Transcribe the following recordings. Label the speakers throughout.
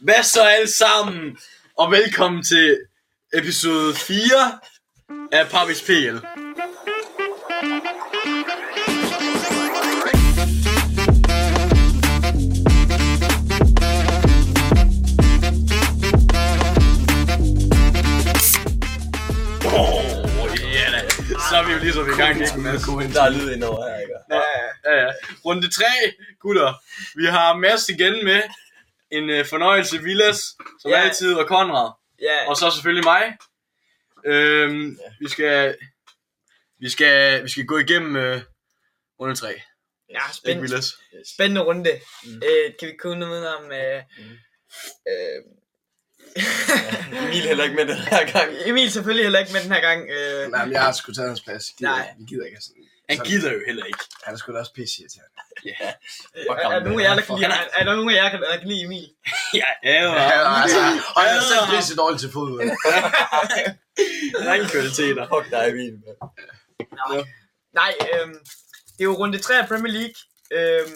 Speaker 1: Hvad så alle sammen, og velkommen til episode 4 af Pappis PL. Åh, ja da. Så er vi jo ligesom i gang, ikke Mads?
Speaker 2: Der er lyd indover her, ikke?
Speaker 1: Ja, ja, ja. Runde 3, gutter. Vi har Mads igen med. En øh, fornøjelse, Villas, som
Speaker 2: Ja.
Speaker 1: ja. altid, og Konrad.
Speaker 2: Ja,
Speaker 1: Og så selvfølgelig mig. Øhm, vi skal... Vi skal, vi skal gå igennem øh, runde 3.
Speaker 3: Ja,
Speaker 1: Ikke,
Speaker 3: spændende,
Speaker 1: Villas?
Speaker 3: spændende runde.
Speaker 2: Mm.
Speaker 3: Mm. Øh, kan vi kunne noget om... Øh,
Speaker 2: Mm.
Speaker 3: mm. øh,
Speaker 2: Emil heller ikke med den her gang.
Speaker 3: Emil selvfølgelig heller ikke med den her gang. Øh,
Speaker 4: Nej, men jeg har sgu taget hans plads. Jeg Gider,
Speaker 3: Nej.
Speaker 4: ikke. Vi gider ikke have sådan.
Speaker 1: Han
Speaker 4: Sådan.
Speaker 1: gider jo heller ikke.
Speaker 4: Han er sgu da også pisse irriterende.
Speaker 3: øh, er, er der nogen af jer, der kan lide, er, er der nogen af jer, der, der kan lide Emil?
Speaker 1: Ja, ja,
Speaker 4: Ja, altså, og jeg er selv
Speaker 1: Ja.
Speaker 4: pisse dårlig til fodbold.
Speaker 1: Ringe kvaliteter.
Speaker 2: Fuck dig, Emil. mand.
Speaker 3: Nej, øh, det er jo runde 3 af Premier League. Øh,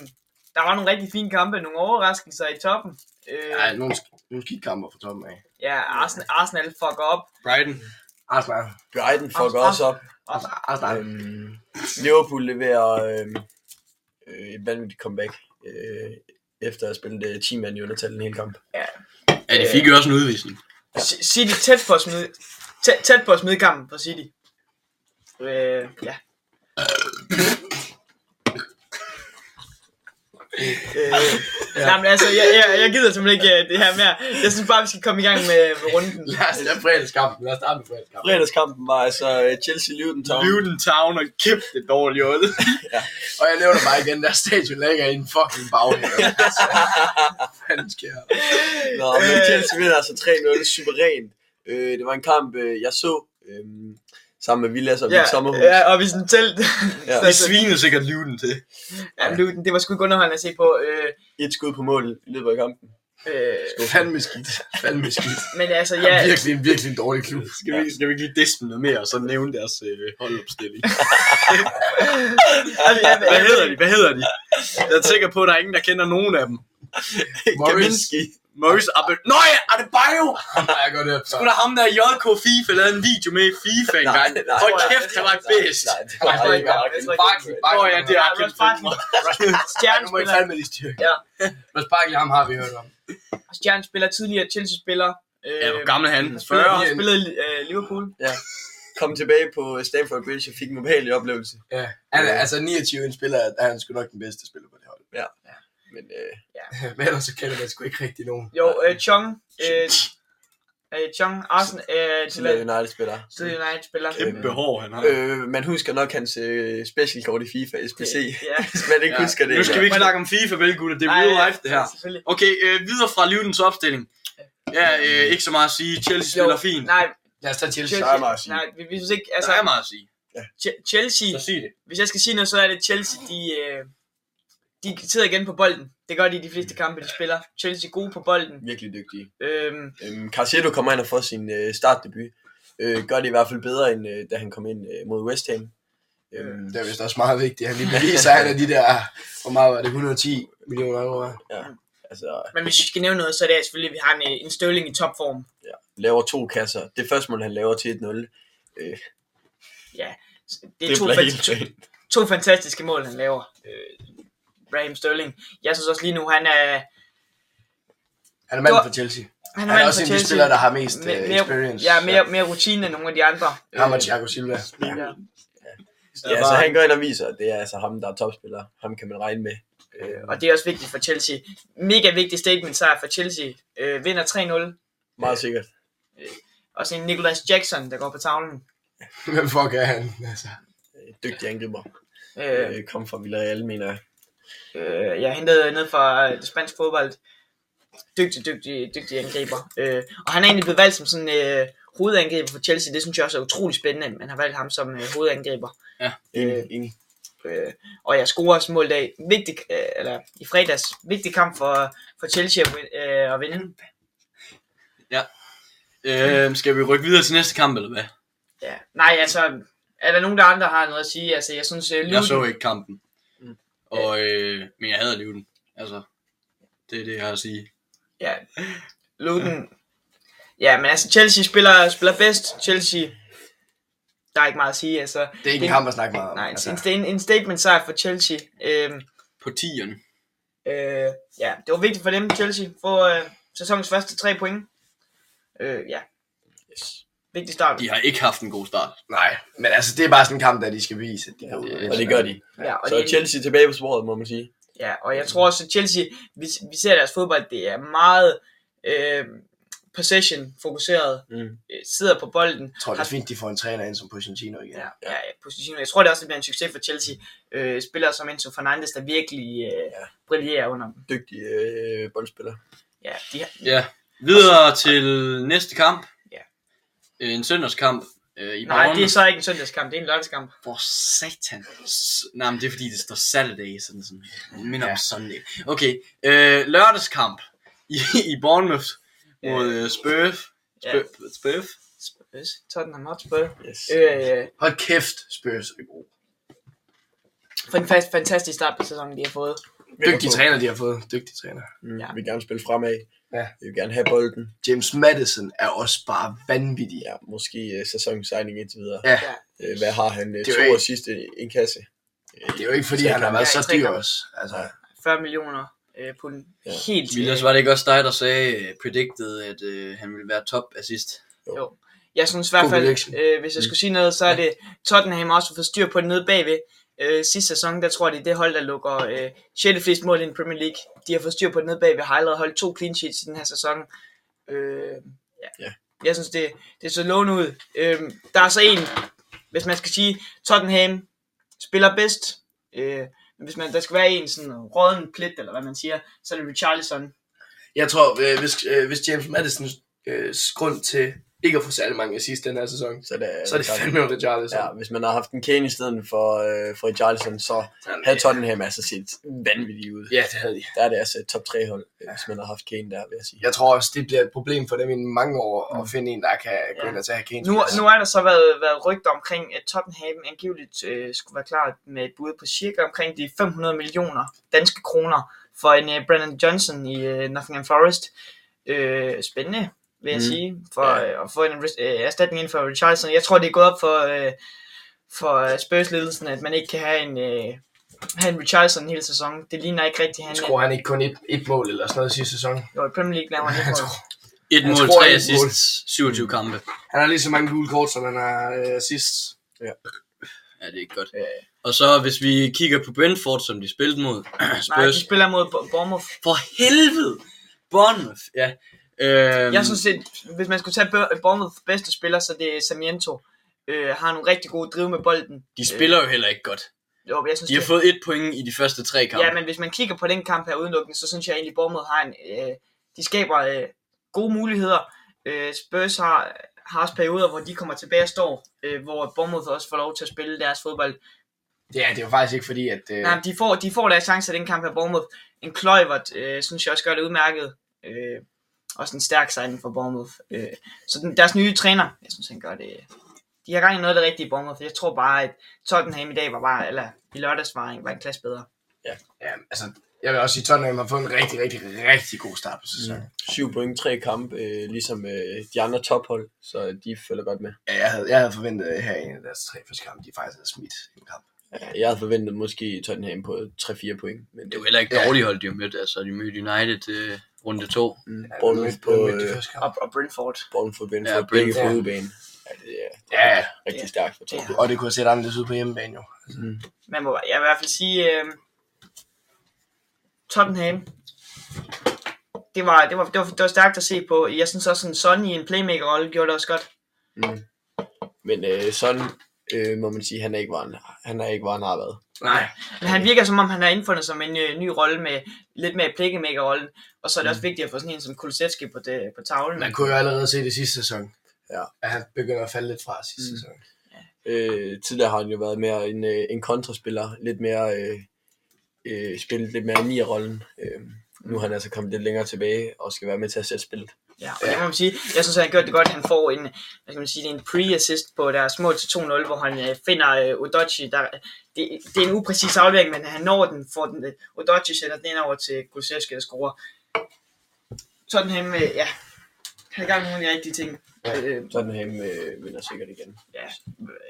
Speaker 3: der var nogle rigtig fine kampe, nogle overraskelser i toppen. Øh,
Speaker 4: Nej, nogle, sk- nogle skidkamper fra toppen af.
Speaker 3: ja, Arsenal, Arsenal fucker op.
Speaker 1: Brighton.
Speaker 4: Arsenal.
Speaker 2: Brighton fucker
Speaker 3: Arsenal.
Speaker 2: også op.
Speaker 4: Arsenal. Arsenal.
Speaker 2: Øhm, Liverpool leverer øhm, øh, et vanvittigt comeback. Øh, efter at have spillet øh, 10 mand i undertal den hele kamp.
Speaker 1: Ja, de fik jo også en udvisning.
Speaker 3: C- City tæt på at smide, tæt, tæt på at smide kampen for City. Øh, ja. øh, nej, men altså, jeg, jeg, jeg gider simpelthen ikke øh, det her mere. Jeg synes bare, vi skal komme i gang med, med runden.
Speaker 4: Lad os lade fredagskampen. Lad os starte med fredagskampen.
Speaker 2: Fredagskampen var altså øh, Chelsea Luton Town.
Speaker 1: Luton Town og kæft det dårlige ål.
Speaker 4: Og jeg nævner bare igen, der stadion ligger i en fucking baghave. Altså, hvad fanden sker der?
Speaker 2: Nå, men Chelsea vinder altså 3-0 suverænt. Øh, det var en kamp, øh, jeg så øh, sammen med Villas og ja, mit sommerhus.
Speaker 3: ja, og vi sådan telt.
Speaker 2: Ja.
Speaker 3: Ja.
Speaker 1: De svinede sikkert Luton til.
Speaker 3: ja, men Luton, det var sgu ikke underholdende at se på. Øh,
Speaker 2: Et skud på mål i løbet af kampen.
Speaker 3: øh,
Speaker 4: Fandme skidt. Fandme skidt.
Speaker 3: men altså,
Speaker 4: Ja.
Speaker 3: ja,
Speaker 4: Virkelig, en virkelig en dårlig klub.
Speaker 1: Skal vi, skal vi ikke lige dispe noget mere, og så nævne deres øh, holdopstilling?
Speaker 3: altså, jeg, jeg,
Speaker 1: Hvad
Speaker 3: jeg,
Speaker 1: hedder de? Hvad hedder de? Jeg er sikker på, at der er ingen, der kender nogen af dem.
Speaker 4: Morris.
Speaker 2: Kaminski.
Speaker 1: Maurice Abbe... Nå ja, Adebayo!
Speaker 4: Nej, jeg går det op.
Speaker 1: Sgu da ham der JK FIFA lavede en video med i FIFA engang. Hold kæft, han var et bedst.
Speaker 2: Nej, det
Speaker 4: Nej,
Speaker 2: var
Speaker 4: det
Speaker 2: ikke
Speaker 4: var
Speaker 2: Arkin.
Speaker 3: ikke
Speaker 4: Barkley.
Speaker 1: Nå
Speaker 4: Barkley.
Speaker 1: ja, det er
Speaker 3: Nej,
Speaker 1: Arkin
Speaker 3: Ross Barkley.
Speaker 4: Ja, nu må I
Speaker 3: stjernespiller,
Speaker 4: fandme lige styre.
Speaker 3: Ja.
Speaker 4: Mads Barkley, ham har vi hørt om.
Speaker 3: stjernespiller, tidligere Chelsea-spiller. Øh,
Speaker 1: Ja, hvor gammel er han?
Speaker 3: Han
Speaker 1: 40?
Speaker 3: spillede, spillede i, øh, Liverpool.
Speaker 2: Kom tilbage på Stamford Bridge og fik en ubehagelig oplevelse.
Speaker 4: Ja. Han er, altså 29 en spiller, er han sgu nok den bedste spiller på det hold.
Speaker 2: Men øh,
Speaker 4: Men ellers så kender man sgu ikke rigtig nogen.
Speaker 3: Jo, øh, Chong. Øh, øh, Chong Arsenal. Øh, til
Speaker 2: tidligere United-spiller.
Speaker 3: til United-spiller.
Speaker 1: Kæmpe hår, han har.
Speaker 2: Øh, man husker nok hans øh, specialkort i FIFA, SPC.
Speaker 3: Ja.
Speaker 2: Hvis man ikke husker det.
Speaker 1: Nu skal vi ikke snakke om FIFA, vel gutter? Det er real life, det her.
Speaker 3: Selvfølgelig.
Speaker 1: Okay, øh, videre fra Lutens opstilling. Ja, øh, ikke så meget at sige. Chelsea spiller
Speaker 3: Jo,
Speaker 1: fint.
Speaker 3: Nej,
Speaker 4: Lad os tage Chelsea.
Speaker 3: Chelsea,
Speaker 2: meget at sige.
Speaker 3: nej, vi, vi synes ikke,
Speaker 1: Altså,
Speaker 3: altså,
Speaker 1: der er meget at sige.
Speaker 3: Che- Chelsea,
Speaker 1: Så sig det.
Speaker 3: hvis jeg skal sige noget, så er det Chelsea, de, øh, de sidder igen på bolden. Det gør de i de fleste kampe, de spiller. Chelsea er gode på bolden.
Speaker 2: Virkelig dygtige.
Speaker 3: Øhm,
Speaker 2: Øhm, Carcedo kommer ind og får sin øh, startdebut. Øh, gør det i hvert fald bedre, end øh, da han kom ind øh, mod West Ham. Øhm,
Speaker 4: Det er vist også meget vigtigt. Han lige beviser, at han er de der, hvor meget var det, 110 millioner euro? hva'?
Speaker 2: altså,
Speaker 3: men hvis vi skal nævne noget, så er det selvfølgelig, at vi har en, øh, en Sterling i topform.
Speaker 2: laver to kasser. Det første mål, han laver til 1-0.
Speaker 3: Det er
Speaker 2: Det
Speaker 3: to,
Speaker 2: bliver helt
Speaker 3: fant-
Speaker 2: rent.
Speaker 3: to fantastiske mål, han laver. Øh, Raheem Sterling. Jeg synes også lige nu, han er...
Speaker 4: Han er manden
Speaker 3: Jo.
Speaker 4: for Chelsea.
Speaker 3: Han
Speaker 4: Han
Speaker 3: er,
Speaker 4: er
Speaker 3: manden
Speaker 4: også
Speaker 3: for
Speaker 4: en af de
Speaker 3: Chelsea.
Speaker 4: spillere, der har mest
Speaker 3: Me-
Speaker 4: øh,
Speaker 3: mere-
Speaker 4: experience.
Speaker 3: Ja, mere, mere rutine end nogle af de andre.
Speaker 4: Ja. Ham og Thiago Silva.
Speaker 3: Øh, ja.
Speaker 2: Ja, så han går ind og viser, at det er altså ham, der er topspiller. Ham kan man regne med. Øh,
Speaker 3: Og det er også vigtigt for Chelsea. Mega vigtig statement sejr for Chelsea. Øh, vinder 3-0.
Speaker 2: meget sikkert.
Speaker 3: Også en Nicolas Jackson, der går på tavlen.
Speaker 4: Hvem fuck er han? Altså.
Speaker 2: Øh, Dygtig angriber.
Speaker 3: Øh,
Speaker 2: øh, kom fra Villarreal, mener jeg.
Speaker 3: øh, jeg hentede ned fra øh, det spanske fodbold. Dygtig, dygtig, dygtig angriber. Øh, og han er egentlig blevet valgt som sådan øh, hovedangriber for Chelsea. Det synes jeg også er utrolig spændende, at man har valgt ham som øh, hovedangriber.
Speaker 2: Enig, enig.
Speaker 3: Øh, og jeg scorer også mål i dag. Vigtig, øh, eller i fredags. Vigtig kamp for, for Chelsea at, win, øh, at vinde.
Speaker 1: Øh, skal vi rykke videre til næste kamp, eller hvad?
Speaker 3: Ja. Nej, altså, er der nogen, der andre har noget at sige? Altså, jeg synes, øh,
Speaker 1: Jeg
Speaker 3: Luton,
Speaker 1: så ikke kampen. Og, øh, men jeg hader Luton. Altså, det er det, jeg har at sige.
Speaker 3: Ja. Luton. Ja, men altså Chelsea spiller, spiller bedst. Chelsea, der er ikke meget at sige. Altså,
Speaker 2: Det er ikke en kamp at snakke meget om.
Speaker 3: Nej,
Speaker 2: altså.
Speaker 3: en, en, en statement sejr for Chelsea. Øhm,
Speaker 1: På tieren.
Speaker 3: øh, ja, det var vigtigt for dem, Chelsea. Få øh, sæsonens første tre point. Øh, ja,
Speaker 2: Yes.
Speaker 3: vigtig start.
Speaker 1: De har ikke haft en god start.
Speaker 4: Nej, men altså, det er bare sådan en kamp, der de skal vise, at de kan ud.
Speaker 2: Og det gør de.
Speaker 3: Ja, og
Speaker 2: Så er
Speaker 3: det,
Speaker 2: Chelsea tilbage på sporet, må man sige.
Speaker 3: Ja, og jeg tror også, at Chelsea, vi, vi ser deres fodbold, det er meget øh, possession-fokuseret,
Speaker 2: Mm.
Speaker 3: øh, sidder på bolden.
Speaker 4: Jeg tror, det er fint, de får en træner ind som Pochettino igen.
Speaker 3: Ja, ja, ja, position. Jeg tror, det også bliver en succes for Chelsea. Øh, spillere som Enzo Fernandes, der virkelig øh,
Speaker 2: Ja.
Speaker 3: ja. brillerer under dem.
Speaker 2: Dygtig øh, boldspiller.
Speaker 3: Ja, de har,
Speaker 1: Ja. Videre til næste kamp.
Speaker 3: Ja.
Speaker 1: Øh, En søndagskamp øh, i
Speaker 3: nej,
Speaker 1: morgen.
Speaker 3: det er så ikke en søndagskamp, det er en lørdagskamp.
Speaker 1: For satan. S- Nej, men det er fordi, det står Saturday, sådan sådan. Det minder ja. om Sunday. Okay, øh, lørdagskamp i, i Bournemouth mod øh, Spurf.
Speaker 3: Ja.
Speaker 1: Spurf.
Speaker 3: Spurs. Tottenham Hotspur.
Speaker 2: Yes.
Speaker 3: Øh,
Speaker 4: Hold kæft, Spurs er gode.
Speaker 3: for en fast, fantastisk start på sæsonen, de har fået.
Speaker 4: Dygtige træner, de har fået. Dygtige træner.
Speaker 2: altså, Mm,
Speaker 3: Ja.
Speaker 2: Vi vil gerne spille fremad.
Speaker 4: Ja.
Speaker 2: Vi vil gerne have bolden.
Speaker 4: James Madison er også bare vanvittig.
Speaker 2: Ja, måske uh, sæsonsegning indtil videre.
Speaker 4: Ja.
Speaker 3: Ja.
Speaker 2: Uh, hvad har han? Uh,
Speaker 4: Det er
Speaker 2: to
Speaker 4: jo
Speaker 2: år sidste en kasse.
Speaker 4: Det er jo ikke, fordi
Speaker 2: Tre
Speaker 4: han har været
Speaker 3: kampe.
Speaker 4: så
Speaker 3: Ja, i tre
Speaker 4: dyr
Speaker 3: kampe.
Speaker 4: også. Altså,
Speaker 3: 40 millioner øh, på den
Speaker 2: Ja.
Speaker 3: ja. helt...
Speaker 1: Villas, var det ikke også dig, der sagde, øh, predicted, at øh, han ville være top assist?
Speaker 3: Jeg synes i hvert
Speaker 4: God
Speaker 3: fald,
Speaker 4: prediction. Mm.
Speaker 3: øh, hvis jeg skulle sige noget, så er det Tottenham også at få styr på det nede bagved. Øh, sidste sæson, der tror jeg, det er det hold, der lukker øh, 6. flest mål i den Premier League. De har fået styr på det nede bagved, har allerede holdt to clean sheets i den her sæson. Øh, ja.
Speaker 2: Ja.
Speaker 3: Jeg synes, det, det så lovende ud. Øh, der er så en, hvis man skal sige, Tottenham spiller bedst. Øh, men hvis man, der skal være en sådan råden plet, eller hvad man siger, så er det Richarlison.
Speaker 4: jeg tror, øh, hvis, øh, hvis James Madisons øh, grund til ikke at få særlig mange assist den her sæson,
Speaker 2: Så, der,
Speaker 4: så er det fandme jo Richarlison.
Speaker 2: Ja, hvis man har haft en Kane i stedet for, øh, for Richarlison, så
Speaker 4: Sådan,
Speaker 2: havde Tottenham altså set vanvittigt ud.
Speaker 4: Ja, det havde de.
Speaker 2: Der er det altså et top 3 hold, øh, hvis man har haft Kane der, vil jeg sige.
Speaker 4: Jeg tror også, det bliver et problem for dem i mange år at finde en, der kan gå
Speaker 3: Ja.
Speaker 4: ind og tage Kane's
Speaker 3: Nu,
Speaker 4: plads.
Speaker 3: nu er der så været, været rygter omkring, at Tottenham angiveligt øh, skulle være klar med et bud på cirka omkring de 500 millioner danske kroner for en øh, Brandon Johnson i øh, Nottingham Forest. Øh, spændende, vil jeg
Speaker 2: Mm.
Speaker 3: mm. sige, for
Speaker 2: Ja.
Speaker 3: ja. øh, at få en res- øh, erstatning inden for Richardson. Jeg tror, det er gået op for, øh, for øh, Spurs-ledelsen, at man ikke kan have en, øh, have en Richardson hele sæsonen. Det ligner ikke rigtigt, han
Speaker 4: Skruer han ikke kun et, et mål eller sådan noget sidste sæson?
Speaker 3: er i Premier League, laver han ikke
Speaker 4: Jeg
Speaker 3: mål.
Speaker 4: tror-
Speaker 1: Et
Speaker 4: Jeg
Speaker 1: mål,
Speaker 4: tror,
Speaker 1: tre
Speaker 4: et
Speaker 1: assists, 27 kampe.
Speaker 4: Han har lige så mange gule kort, som han har øh, sidst.
Speaker 1: Ja, det er ikke godt.
Speaker 3: Øh,
Speaker 1: Og så hvis vi kigger på Brentford, som de spillede mod
Speaker 3: nej,
Speaker 1: Spurs.
Speaker 3: de spiller mod Bo- Bournemouth.
Speaker 1: For helvede! Bournemouth, ja. Øhm,
Speaker 3: Jeg synes, at hvis man skulle tage Bur- Bournemouth bedste spiller, så det er Samiento. Øh, har nogle rigtig gode drive med bolden.
Speaker 1: de spiller jo heller ikke godt.
Speaker 3: Jo, men jeg synes,
Speaker 1: De har
Speaker 3: det-
Speaker 1: fået et point i de første tre kampe.
Speaker 3: Ja, men hvis man kigger på den kamp her udelukkende, så synes jeg egentlig, at Bournemouth har en... Øh, de skaber øh, gode muligheder. Øh, Spurs har, har også perioder, hvor de kommer tilbage og står, øh, hvor Bournemouth også får lov til at spille deres fodbold.
Speaker 4: Ja, det er jo faktisk ikke fordi, at... Øh,
Speaker 3: Nej, men de får, de får deres chance i den kamp her, Bournemouth. En Kløjvert, øh, synes jeg også gør det udmærket. Øh, også en stærk signing for Bournemouth. Øh, så den, deres nye træner, jeg synes, han gør det... De har gang i noget af det rigtige i Bournemouth. Jeg tror bare, at Tottenham i dag var bare, eller i lørdags var, en- var en klasse bedre.
Speaker 4: ja, altså, jeg vil også sige, at Tottenham har fået en rigtig, rigtig, rigtig god start på sæsonen. Mm.
Speaker 2: 7 point, 3 kampe, øh, ligesom øh, de andre tophold, så de følger godt med.
Speaker 4: Ja, jeg havde, jeg havde forventet at her i en af deres tre første kampe, de faktisk havde smidt en kamp.
Speaker 2: Ja, Jeg havde forventet måske Tottenham på 3-4 point, men
Speaker 1: Det var heller ikke dårligt hold, de har mødt. Altså, de mødte United øh, runde to.
Speaker 2: mm,
Speaker 4: Ja,
Speaker 2: Bournemouth
Speaker 4: midt-
Speaker 2: på
Speaker 4: midt i
Speaker 2: øh,
Speaker 4: første kamp.
Speaker 3: Og, og Brentford.
Speaker 2: Bournemouth for Brentford,
Speaker 1: Ja,
Speaker 2: ja, begge på
Speaker 4: Brentford.
Speaker 2: udebane. Ja, det er
Speaker 4: Ja, ja.
Speaker 2: rigtig stærkt for Tottenham.
Speaker 4: og det kunne have set anderledes ud på hjemmebane jo.
Speaker 3: Man må, jeg vil i hvert fald sige, øh, Tottenham, det var, det, var, det, var, det var stærkt at se på. Jeg synes også, en Son i en playmaker-rolle gjorde det også godt.
Speaker 2: Men øh, sådan øh, må man sige, han er ikke, hvor han, han er ikke, hvor han har været.
Speaker 4: Nej,
Speaker 3: Men han virker som om, han har indfundet sig med en øh, ny rolle med lidt mere playmaker-rollen. Og så er det også vigtigt at få sådan en som Kulusevski på, det, på tavlen.
Speaker 4: Mm. man kunne jo allerede se det sidste sæson.
Speaker 2: Ja.
Speaker 4: At han begynder at falde lidt fra sidste
Speaker 2: Mm.
Speaker 4: mm. sæson.
Speaker 2: Øh, tidligere har han jo været mere en, øh, en kontraspiller, lidt mere øh, øh, spillet lidt mere i nierrollen. Øh, nu er han altså kommet lidt længere tilbage og skal være med til at sætte spillet.
Speaker 3: Ja, og det må man sige. Jeg synes, han har gjort det godt. Han får en, hvad skal man sige, det er en pre-assist på deres mål til 2-0, hvor han øh, finder øh, Odochi. Der, det, det, er en upræcis aflevering, men han når den. Får den øh, Odochi sætter den ind over til Kulusevski, der scorer. Tottenham, øh, ja, har gang i nogle af de rigtige ting.
Speaker 2: Ja.
Speaker 3: Øh,
Speaker 2: Tottenham øh, vinder sikkert igen.
Speaker 3: ja,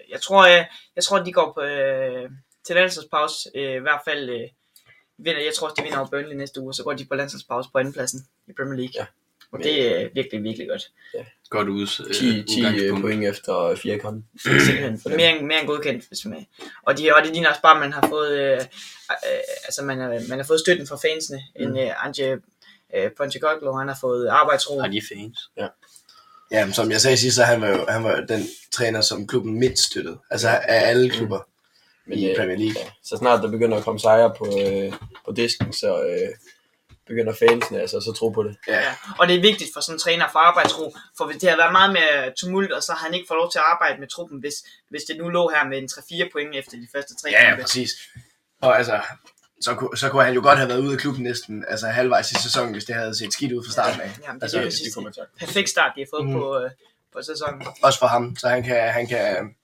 Speaker 3: jeg tror, jeg, jeg tror, de går på, øh, til landsholdspause. Øh, I hvert fald øh, vinder, jeg tror, også, de vinder over Burnley næste uge, og så går de på landsholdspause på andenpladsen i Premier League.
Speaker 2: Ja.
Speaker 3: Og det er virkelig, virkelig godt.
Speaker 1: Godt ud, øh,
Speaker 2: 10, 10 øh,
Speaker 1: udgangspunkt.
Speaker 2: point efter fire kampe. for
Speaker 3: Simpelthen
Speaker 2: dem.
Speaker 3: mere, end, mere end godkendt. Hvis man, og, de, og det ligner også bare, at man har fået, øh, øh, altså man har, man har fået støtten fra fansene. Mm. En øh, Anje øh, Pontecoglou, han har fået arbejdsro.
Speaker 1: Har de fans?
Speaker 4: Jamen, som jeg sagde sidst, så han var jo han var den træner, som klubben mindst støttede. Altså af alle klubber
Speaker 2: Men,
Speaker 4: men, i
Speaker 2: øh,
Speaker 4: Premier League.
Speaker 2: Ja, så snart der begynder at komme sejre på, øh, på disken, så øh, begynder fansene altså så tro på det.
Speaker 3: Ja. Og det er vigtigt for sådan en træner for arbejdsro, for hvis det har været meget mere tumult, og så har han ikke fået lov til at arbejde med truppen, hvis, hvis det nu lå her med en 3-4 point efter de første tre
Speaker 4: Ja, ja,
Speaker 3: kampe.
Speaker 4: præcis. Og altså, så, kunne- så kunne han jo godt have været ude af klubben næsten altså halvvejs i sæsonen, hvis det havde set skidt ud fra starten af.
Speaker 3: Jamen, det
Speaker 4: Altså,
Speaker 3: er
Speaker 4: hvis
Speaker 3: præcis
Speaker 2: kommer til.
Speaker 3: det. perfekt start, de har fået
Speaker 4: Mhm.
Speaker 3: mm. på, øh, på sæsonen.
Speaker 4: Også for ham, så han kan, han kan,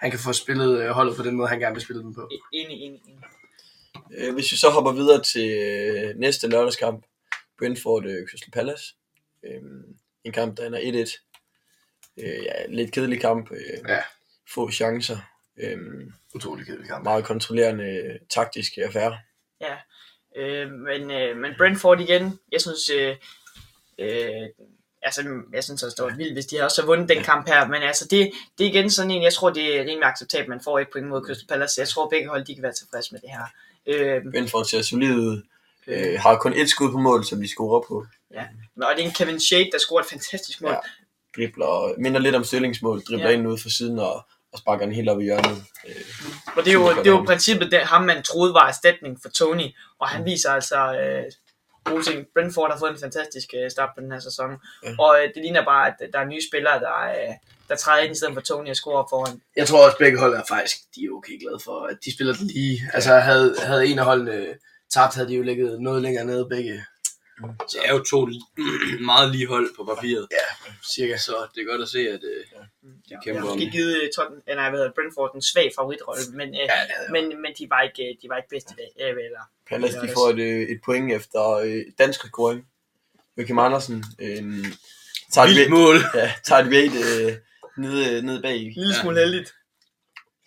Speaker 4: han kan få spillet øh, holdet på den måde, han gerne vil spille dem på.
Speaker 3: E- Enig, enig, enig.
Speaker 2: Øh, hvis vi så hopper videre til øh, næste lørdagskamp, Brentford øh, Crystal Palace. Øh, en kamp, der ender 1-1. Øh, ja, lidt kedelig kamp. Øh,
Speaker 4: Ja.
Speaker 2: Få chancer. Øh,
Speaker 4: Utrolig kedelig kamp.
Speaker 2: meget kontrollerende øh, taktiske affære.
Speaker 3: Øh, men, øh, men Brentford igen, jeg synes, øh, øh, altså, jeg synes også, det var vildt, hvis de havde også havde vundet den kamp her. Men altså, det, det er igen sådan en, jeg tror, det er rimelig acceptabelt, man får et point mod Crystal Palace. Jeg tror, begge hold, de kan være tilfredse med det her. Øh,
Speaker 2: Brentford ser solid ud. Øh, har kun et skud på mål, som de scorer på.
Speaker 3: Men- Og det er en Kevin Shade, der scorer et fantastisk mål.
Speaker 2: Ja.
Speaker 3: Ja.
Speaker 2: Dribler, minder lidt om stillingsmål. Dribler
Speaker 3: Ja.
Speaker 2: ja. ind ude for siden og, og sparker den helt op i hjørnet. Øh,
Speaker 3: Og det er jo,
Speaker 2: Super
Speaker 3: det er jo
Speaker 2: godt.
Speaker 3: princippet, det, ham man troede var erstatning for Tony. Og han viser altså øh, gode ting. Brentford har fået en fantastisk øh, start på den her sæson.
Speaker 2: Ja.
Speaker 3: Ja. Og øh, det ligner bare, at der er nye spillere, der, øh, der træder ind i stedet for Tony og scorer op foran.
Speaker 4: Jeg tror også, begge hold er faktisk, de er okay glade for, at de spiller den lige. Altså, havde, havde en af holdene tabt, havde de jo ligget noget længere nede begge,
Speaker 1: Så er jo to li- meget lige hold på papiret.
Speaker 4: cirka.
Speaker 1: Så det er godt at se, at øh, de
Speaker 3: Jeg
Speaker 1: kæmper
Speaker 3: har
Speaker 1: om
Speaker 3: måske
Speaker 1: det.
Speaker 3: givet øh, Totten, eh, nej, hvad hedder, det, Brentford en svag favoritrolle, men, øh,
Speaker 4: Ja,
Speaker 3: ja,
Speaker 4: det er det.
Speaker 3: men, men de, var ikke, øh, de var ikke bedst i dag. Øh, eller,
Speaker 2: Palace,
Speaker 3: Ja,
Speaker 2: de
Speaker 3: det-
Speaker 2: får et, øh, et point efter øh, dansk scoring. Joachim Andersen øh, tager, et
Speaker 1: Vildt
Speaker 2: ved,
Speaker 1: mål.
Speaker 2: ja, tager et ved øh, nede, øh, nede bag.
Speaker 3: en lille
Speaker 1: Ja.
Speaker 3: smule heldigt.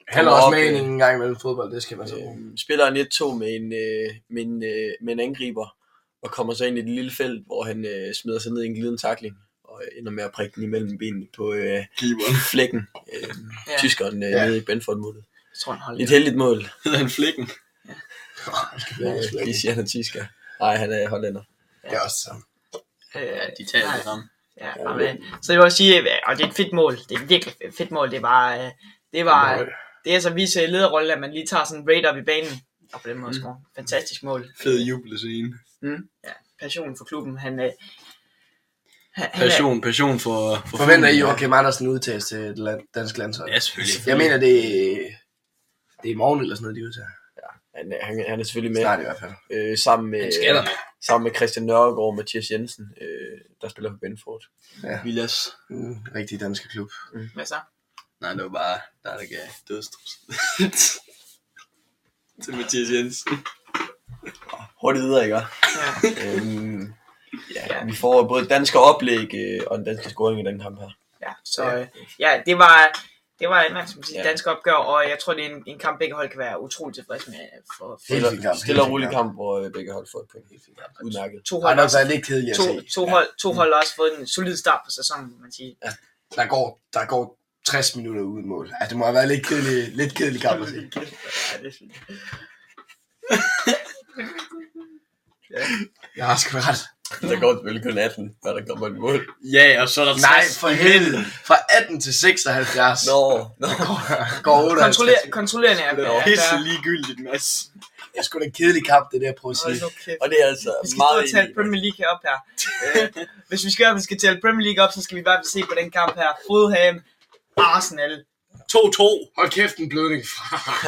Speaker 4: Han er
Speaker 2: Kommer
Speaker 4: også
Speaker 2: op,
Speaker 4: med
Speaker 2: øh,
Speaker 4: ind en gang imellem fodbold, det skal man så bruge.
Speaker 2: Øh, spiller en 1-2 med en, øh, med, en, øh, med en angriber, og kommer så ind i det lille felt, hvor han øh, smider sig ned i en glidende takling, og øh, ender med at prikke den imellem benene på øh,
Speaker 1: Keeperen.
Speaker 2: flækken. Øh,
Speaker 3: Ja.
Speaker 2: Tyskeren øh,
Speaker 4: Ja.
Speaker 2: nede i Benford målet.
Speaker 3: Jeg tror, han holder
Speaker 2: Et heldigt mål.
Speaker 1: Hedder han flækken.
Speaker 2: Øh, de siger, han er tysker. Nej, han er hollænder.
Speaker 4: Det er også samme.
Speaker 1: Ja,
Speaker 3: øh,
Speaker 1: de tager
Speaker 3: nej.
Speaker 1: det sammen.
Speaker 3: Ja, og, øh, så jeg vil også sige, øh, og det er et fedt mål. Det er et virkelig fe- fedt mål. Det var, øh, det var, øh, det er så vise i lederrollen, at man lige tager sådan en raid op i banen. Og på den måde score. Fantastisk mål.
Speaker 1: Fed jubelscene.
Speaker 3: Ja, passion for klubben. Han, øh, han, han er-
Speaker 1: Passion, passion for... for
Speaker 4: Forventer I
Speaker 1: filmen.
Speaker 4: Joachim Andersen udtages til et land, dansk landshold?
Speaker 1: Ja, selvfølgelig.
Speaker 4: Jeg mener, det er, det er i morgen eller sådan noget, de udtager.
Speaker 2: Han, er- han, han er selvfølgelig med,
Speaker 4: Snart i hvert fald.
Speaker 2: øh, sammen med...
Speaker 1: Han skal der.
Speaker 2: sammen med Christian Nørgaard og Mathias Jensen, øh, der spiller for Benford.
Speaker 1: Villas.
Speaker 4: Mm, rigtig danske klub.
Speaker 3: Hvad så?
Speaker 1: Nej, det var bare der, der gav dødstrus. Til Mathias Jensen.
Speaker 2: Hurtigt videre, ikke?
Speaker 3: Ja.
Speaker 2: øhm, ja, vi får både danske oplæg øh, og en dansk scoring i den kamp her.
Speaker 3: Ja, så øh, ja, det var, det var en som sige,
Speaker 2: Ja.
Speaker 3: dansk opgør, og jeg tror, det er en, en kamp, begge hold kan være utroligt tilfredse med. øh, For, for
Speaker 4: Helt
Speaker 2: Stille,
Speaker 4: fin kamp,
Speaker 2: stille og
Speaker 4: helt
Speaker 2: rolig
Speaker 4: fin
Speaker 2: kamp, hvor øh, begge hold får et point. Udmærket.
Speaker 3: to
Speaker 4: Har
Speaker 3: hold,
Speaker 4: nok
Speaker 3: også,
Speaker 4: været lidt kedeligt at se.
Speaker 3: altså, to, to, hold, to hold har også fået en solid start på sæsonen, må man sige.
Speaker 4: Der går, der går 60 minutter uden mål. Altså, det må have været lidt kedelig, lidt kedelig kamp at se.
Speaker 3: Ja, det er fint.
Speaker 4: Jeg har sgu ret.
Speaker 2: Der går selvfølgelig kun 18, før der kommer et mål.
Speaker 1: Ja, og så er der
Speaker 4: Nej,
Speaker 1: 60.
Speaker 4: for helvede. Fra 18 til 76.
Speaker 2: Nå, nå.
Speaker 4: Går- Går 58.
Speaker 3: Kontroller, kontrollerende er, er,
Speaker 1: Det er pisse
Speaker 3: er,
Speaker 1: ligegyldigt, Mads.
Speaker 4: Det er sgu da en kedelig kamp, det der, prøv at sige.
Speaker 3: Hold nu kæft.
Speaker 2: Og det er altså
Speaker 3: Vi skal stå
Speaker 2: meget
Speaker 3: og tale Premier League herop her. Øh, hvis vi skal, vi skal tale Premier League op, så skal vi bare se på den kamp her. Fulham, Arsenal.
Speaker 1: 2-2.
Speaker 4: Hold kæft, en blødning fra.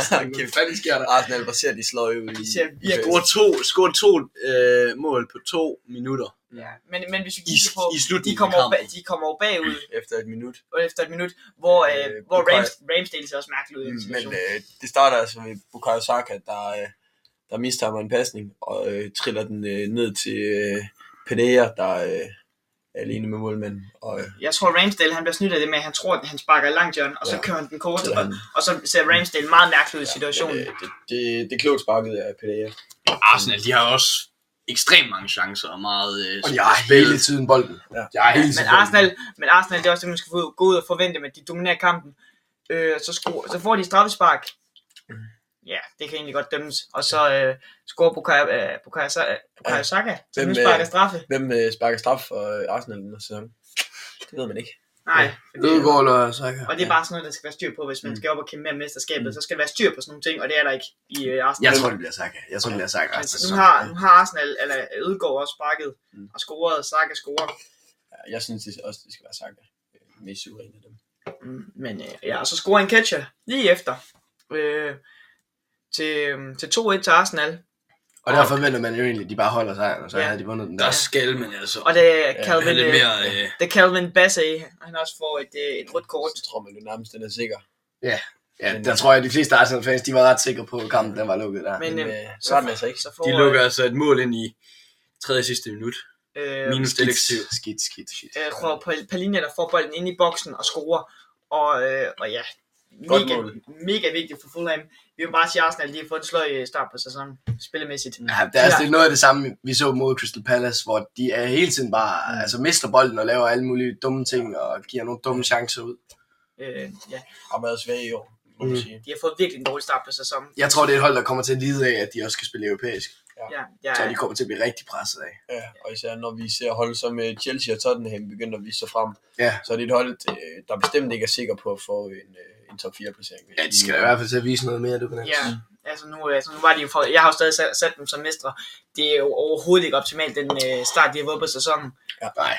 Speaker 4: Hvad
Speaker 2: Kæft.
Speaker 4: fanden sker der?
Speaker 2: Arsenal baserer de slår jo i...
Speaker 3: De ser virkelig...
Speaker 1: Score to, score to øh, mål på to minutter.
Speaker 3: Ja. Men, men hvis vi
Speaker 1: I,
Speaker 3: kigger på...
Speaker 1: i
Speaker 3: De
Speaker 1: slutningen
Speaker 3: kommer,
Speaker 1: af
Speaker 3: over,
Speaker 1: kampen.
Speaker 3: ba- de kommer over bagud
Speaker 2: efter et minut.
Speaker 3: efter et minut, hvor, øh,
Speaker 2: Øh,
Speaker 3: hvor
Speaker 2: Bukayo-
Speaker 3: Rams, Ramsdale ser også mærkeligt ud i den
Speaker 2: Men
Speaker 3: situation.
Speaker 2: øh, det starter altså med Bukayo Saka, der, øh, der mister mig en pasning og øh, triller den øh, ned til øh, Pereira, der, øh, alene med målmanden. Og øh,
Speaker 3: Jeg tror, Ramsdale han bliver snydt af det med, at han tror, at han sparker langt, John, og så
Speaker 2: Ja.
Speaker 3: kører han den kort,
Speaker 2: så
Speaker 3: og,
Speaker 2: han,
Speaker 3: og så ser Ramsdale meget mærkelig ud i situationen.
Speaker 2: Øh, det, det, det, det er klogt sparket af PDA.
Speaker 1: Arsenal, de har også ekstremt mange chancer og meget... Øh,
Speaker 4: Og jeg har hele tiden bolden.
Speaker 2: Ja.
Speaker 4: Jeg har hele
Speaker 3: men
Speaker 4: tiden bolden.
Speaker 3: Arsenal, men Arsenal, det er også det, man skal få- gå ud og forvente, at de dominerer kampen. Øh, så, score, så får de et straffespark.
Speaker 4: Mm.
Speaker 3: Ja, det kan egentlig godt dømmes. Og så øh, scorer Bukayo, øh, Bukayo, Sa- øh, Bukayo Saka, som
Speaker 2: Hvem,
Speaker 3: nu
Speaker 2: øh,
Speaker 3: sparker straffe.
Speaker 2: Hvem øh, sparker straf for øh, Arsenal den her sæson? Det ved man ikke.
Speaker 3: Nej,
Speaker 4: Ødegaard eller Saka.
Speaker 3: og det er bare sådan noget, der skal være styr på, hvis
Speaker 4: Mm.
Speaker 3: man skal op og kæmpe med mesterskabet, så skal der være styr på sådan nogle ting, og det er der ikke i øh, Arsenal.
Speaker 4: Jeg tror, det bliver Saka. Jeg tror, det bliver Saka.
Speaker 3: Altså, nu, har, nu har Arsenal, eller Ødegaard også sparket
Speaker 4: Mm.
Speaker 3: og scoret, Saka scorer.
Speaker 2: Ja, Jeg synes det også, det skal være Saka. Øh, Mest suveræn af dem.
Speaker 3: Mm, Men øh, ja, og så scorer en catcher lige efter. Øh, til, øh, til 2-1 til Arsenal.
Speaker 4: Og der forventer man jo egentlig, at de bare holder sejren, og så
Speaker 3: Ja.
Speaker 4: havde de vundet den
Speaker 1: Der
Speaker 4: der.
Speaker 1: er skal, men altså...
Speaker 3: Og det er
Speaker 1: Han er
Speaker 3: Calvin,
Speaker 1: lidt
Speaker 3: øh,
Speaker 1: mere... Øh,
Speaker 3: det er Calvin Basse, han også får et, øh, et rødt kort.
Speaker 2: Så tror man jo nærmest, den er sikker.
Speaker 4: Ja, der tror jeg, at de fleste Arsenal-fans, de var ret sikre på, at kampen den var lukket der.
Speaker 3: Men,
Speaker 2: Men,
Speaker 3: øh,
Speaker 2: øh, så er den altså ikke.
Speaker 3: så får,
Speaker 1: de lukker altså et mål ind i tredje sidste minut.
Speaker 3: øh,
Speaker 1: Minus
Speaker 4: Skidt,
Speaker 1: selektiv.
Speaker 4: skidt, skidt, skidt.
Speaker 3: øh, Joao Pal- Palinha, der får bolden ind i boksen og scorer. Og, øh, og ja,
Speaker 2: Godt
Speaker 3: mega,
Speaker 2: mål.
Speaker 3: mega vigtigt for Fulham. Vi vil bare sige, at Arsenal de har fået en sløj øh, start på sæsonen, spillemæssigt.
Speaker 4: Ja, der er altså
Speaker 3: Ja.
Speaker 4: lidt noget af det samme, vi så mod Crystal Palace, hvor de er hele tiden bare, mm. altså mister bolden og laver alle mulige dumme ting, og giver nogle dumme chancer ud.
Speaker 3: Øh, ja.
Speaker 2: Har været svag i år, må man
Speaker 4: Mm.
Speaker 2: sige.
Speaker 3: De har fået virkelig en dårlig start på sæsonen.
Speaker 4: Jeg tror, det er et hold, der kommer til at lide af, at de også skal spille europæisk.
Speaker 3: Ja, ja,
Speaker 4: Så de kommer til at blive rigtig presset af.
Speaker 2: Ja, og især når vi ser hold som øh, Chelsea og Tottenham begynder at vise sig frem,
Speaker 4: Ja.
Speaker 2: så er det et hold, øh, der bestemt ikke er sikker på at få en, øh, en top 4-placering.
Speaker 4: Ja, de skal da i hvert fald til at vise noget mere, du kan
Speaker 3: Ja, altså nu, altså nu var de jo for, jeg har jo stadig sat, sat dem som mestre. Det er jo overhovedet ikke optimalt, den øh, start, de har fået på sæsonen.
Speaker 4: Nej.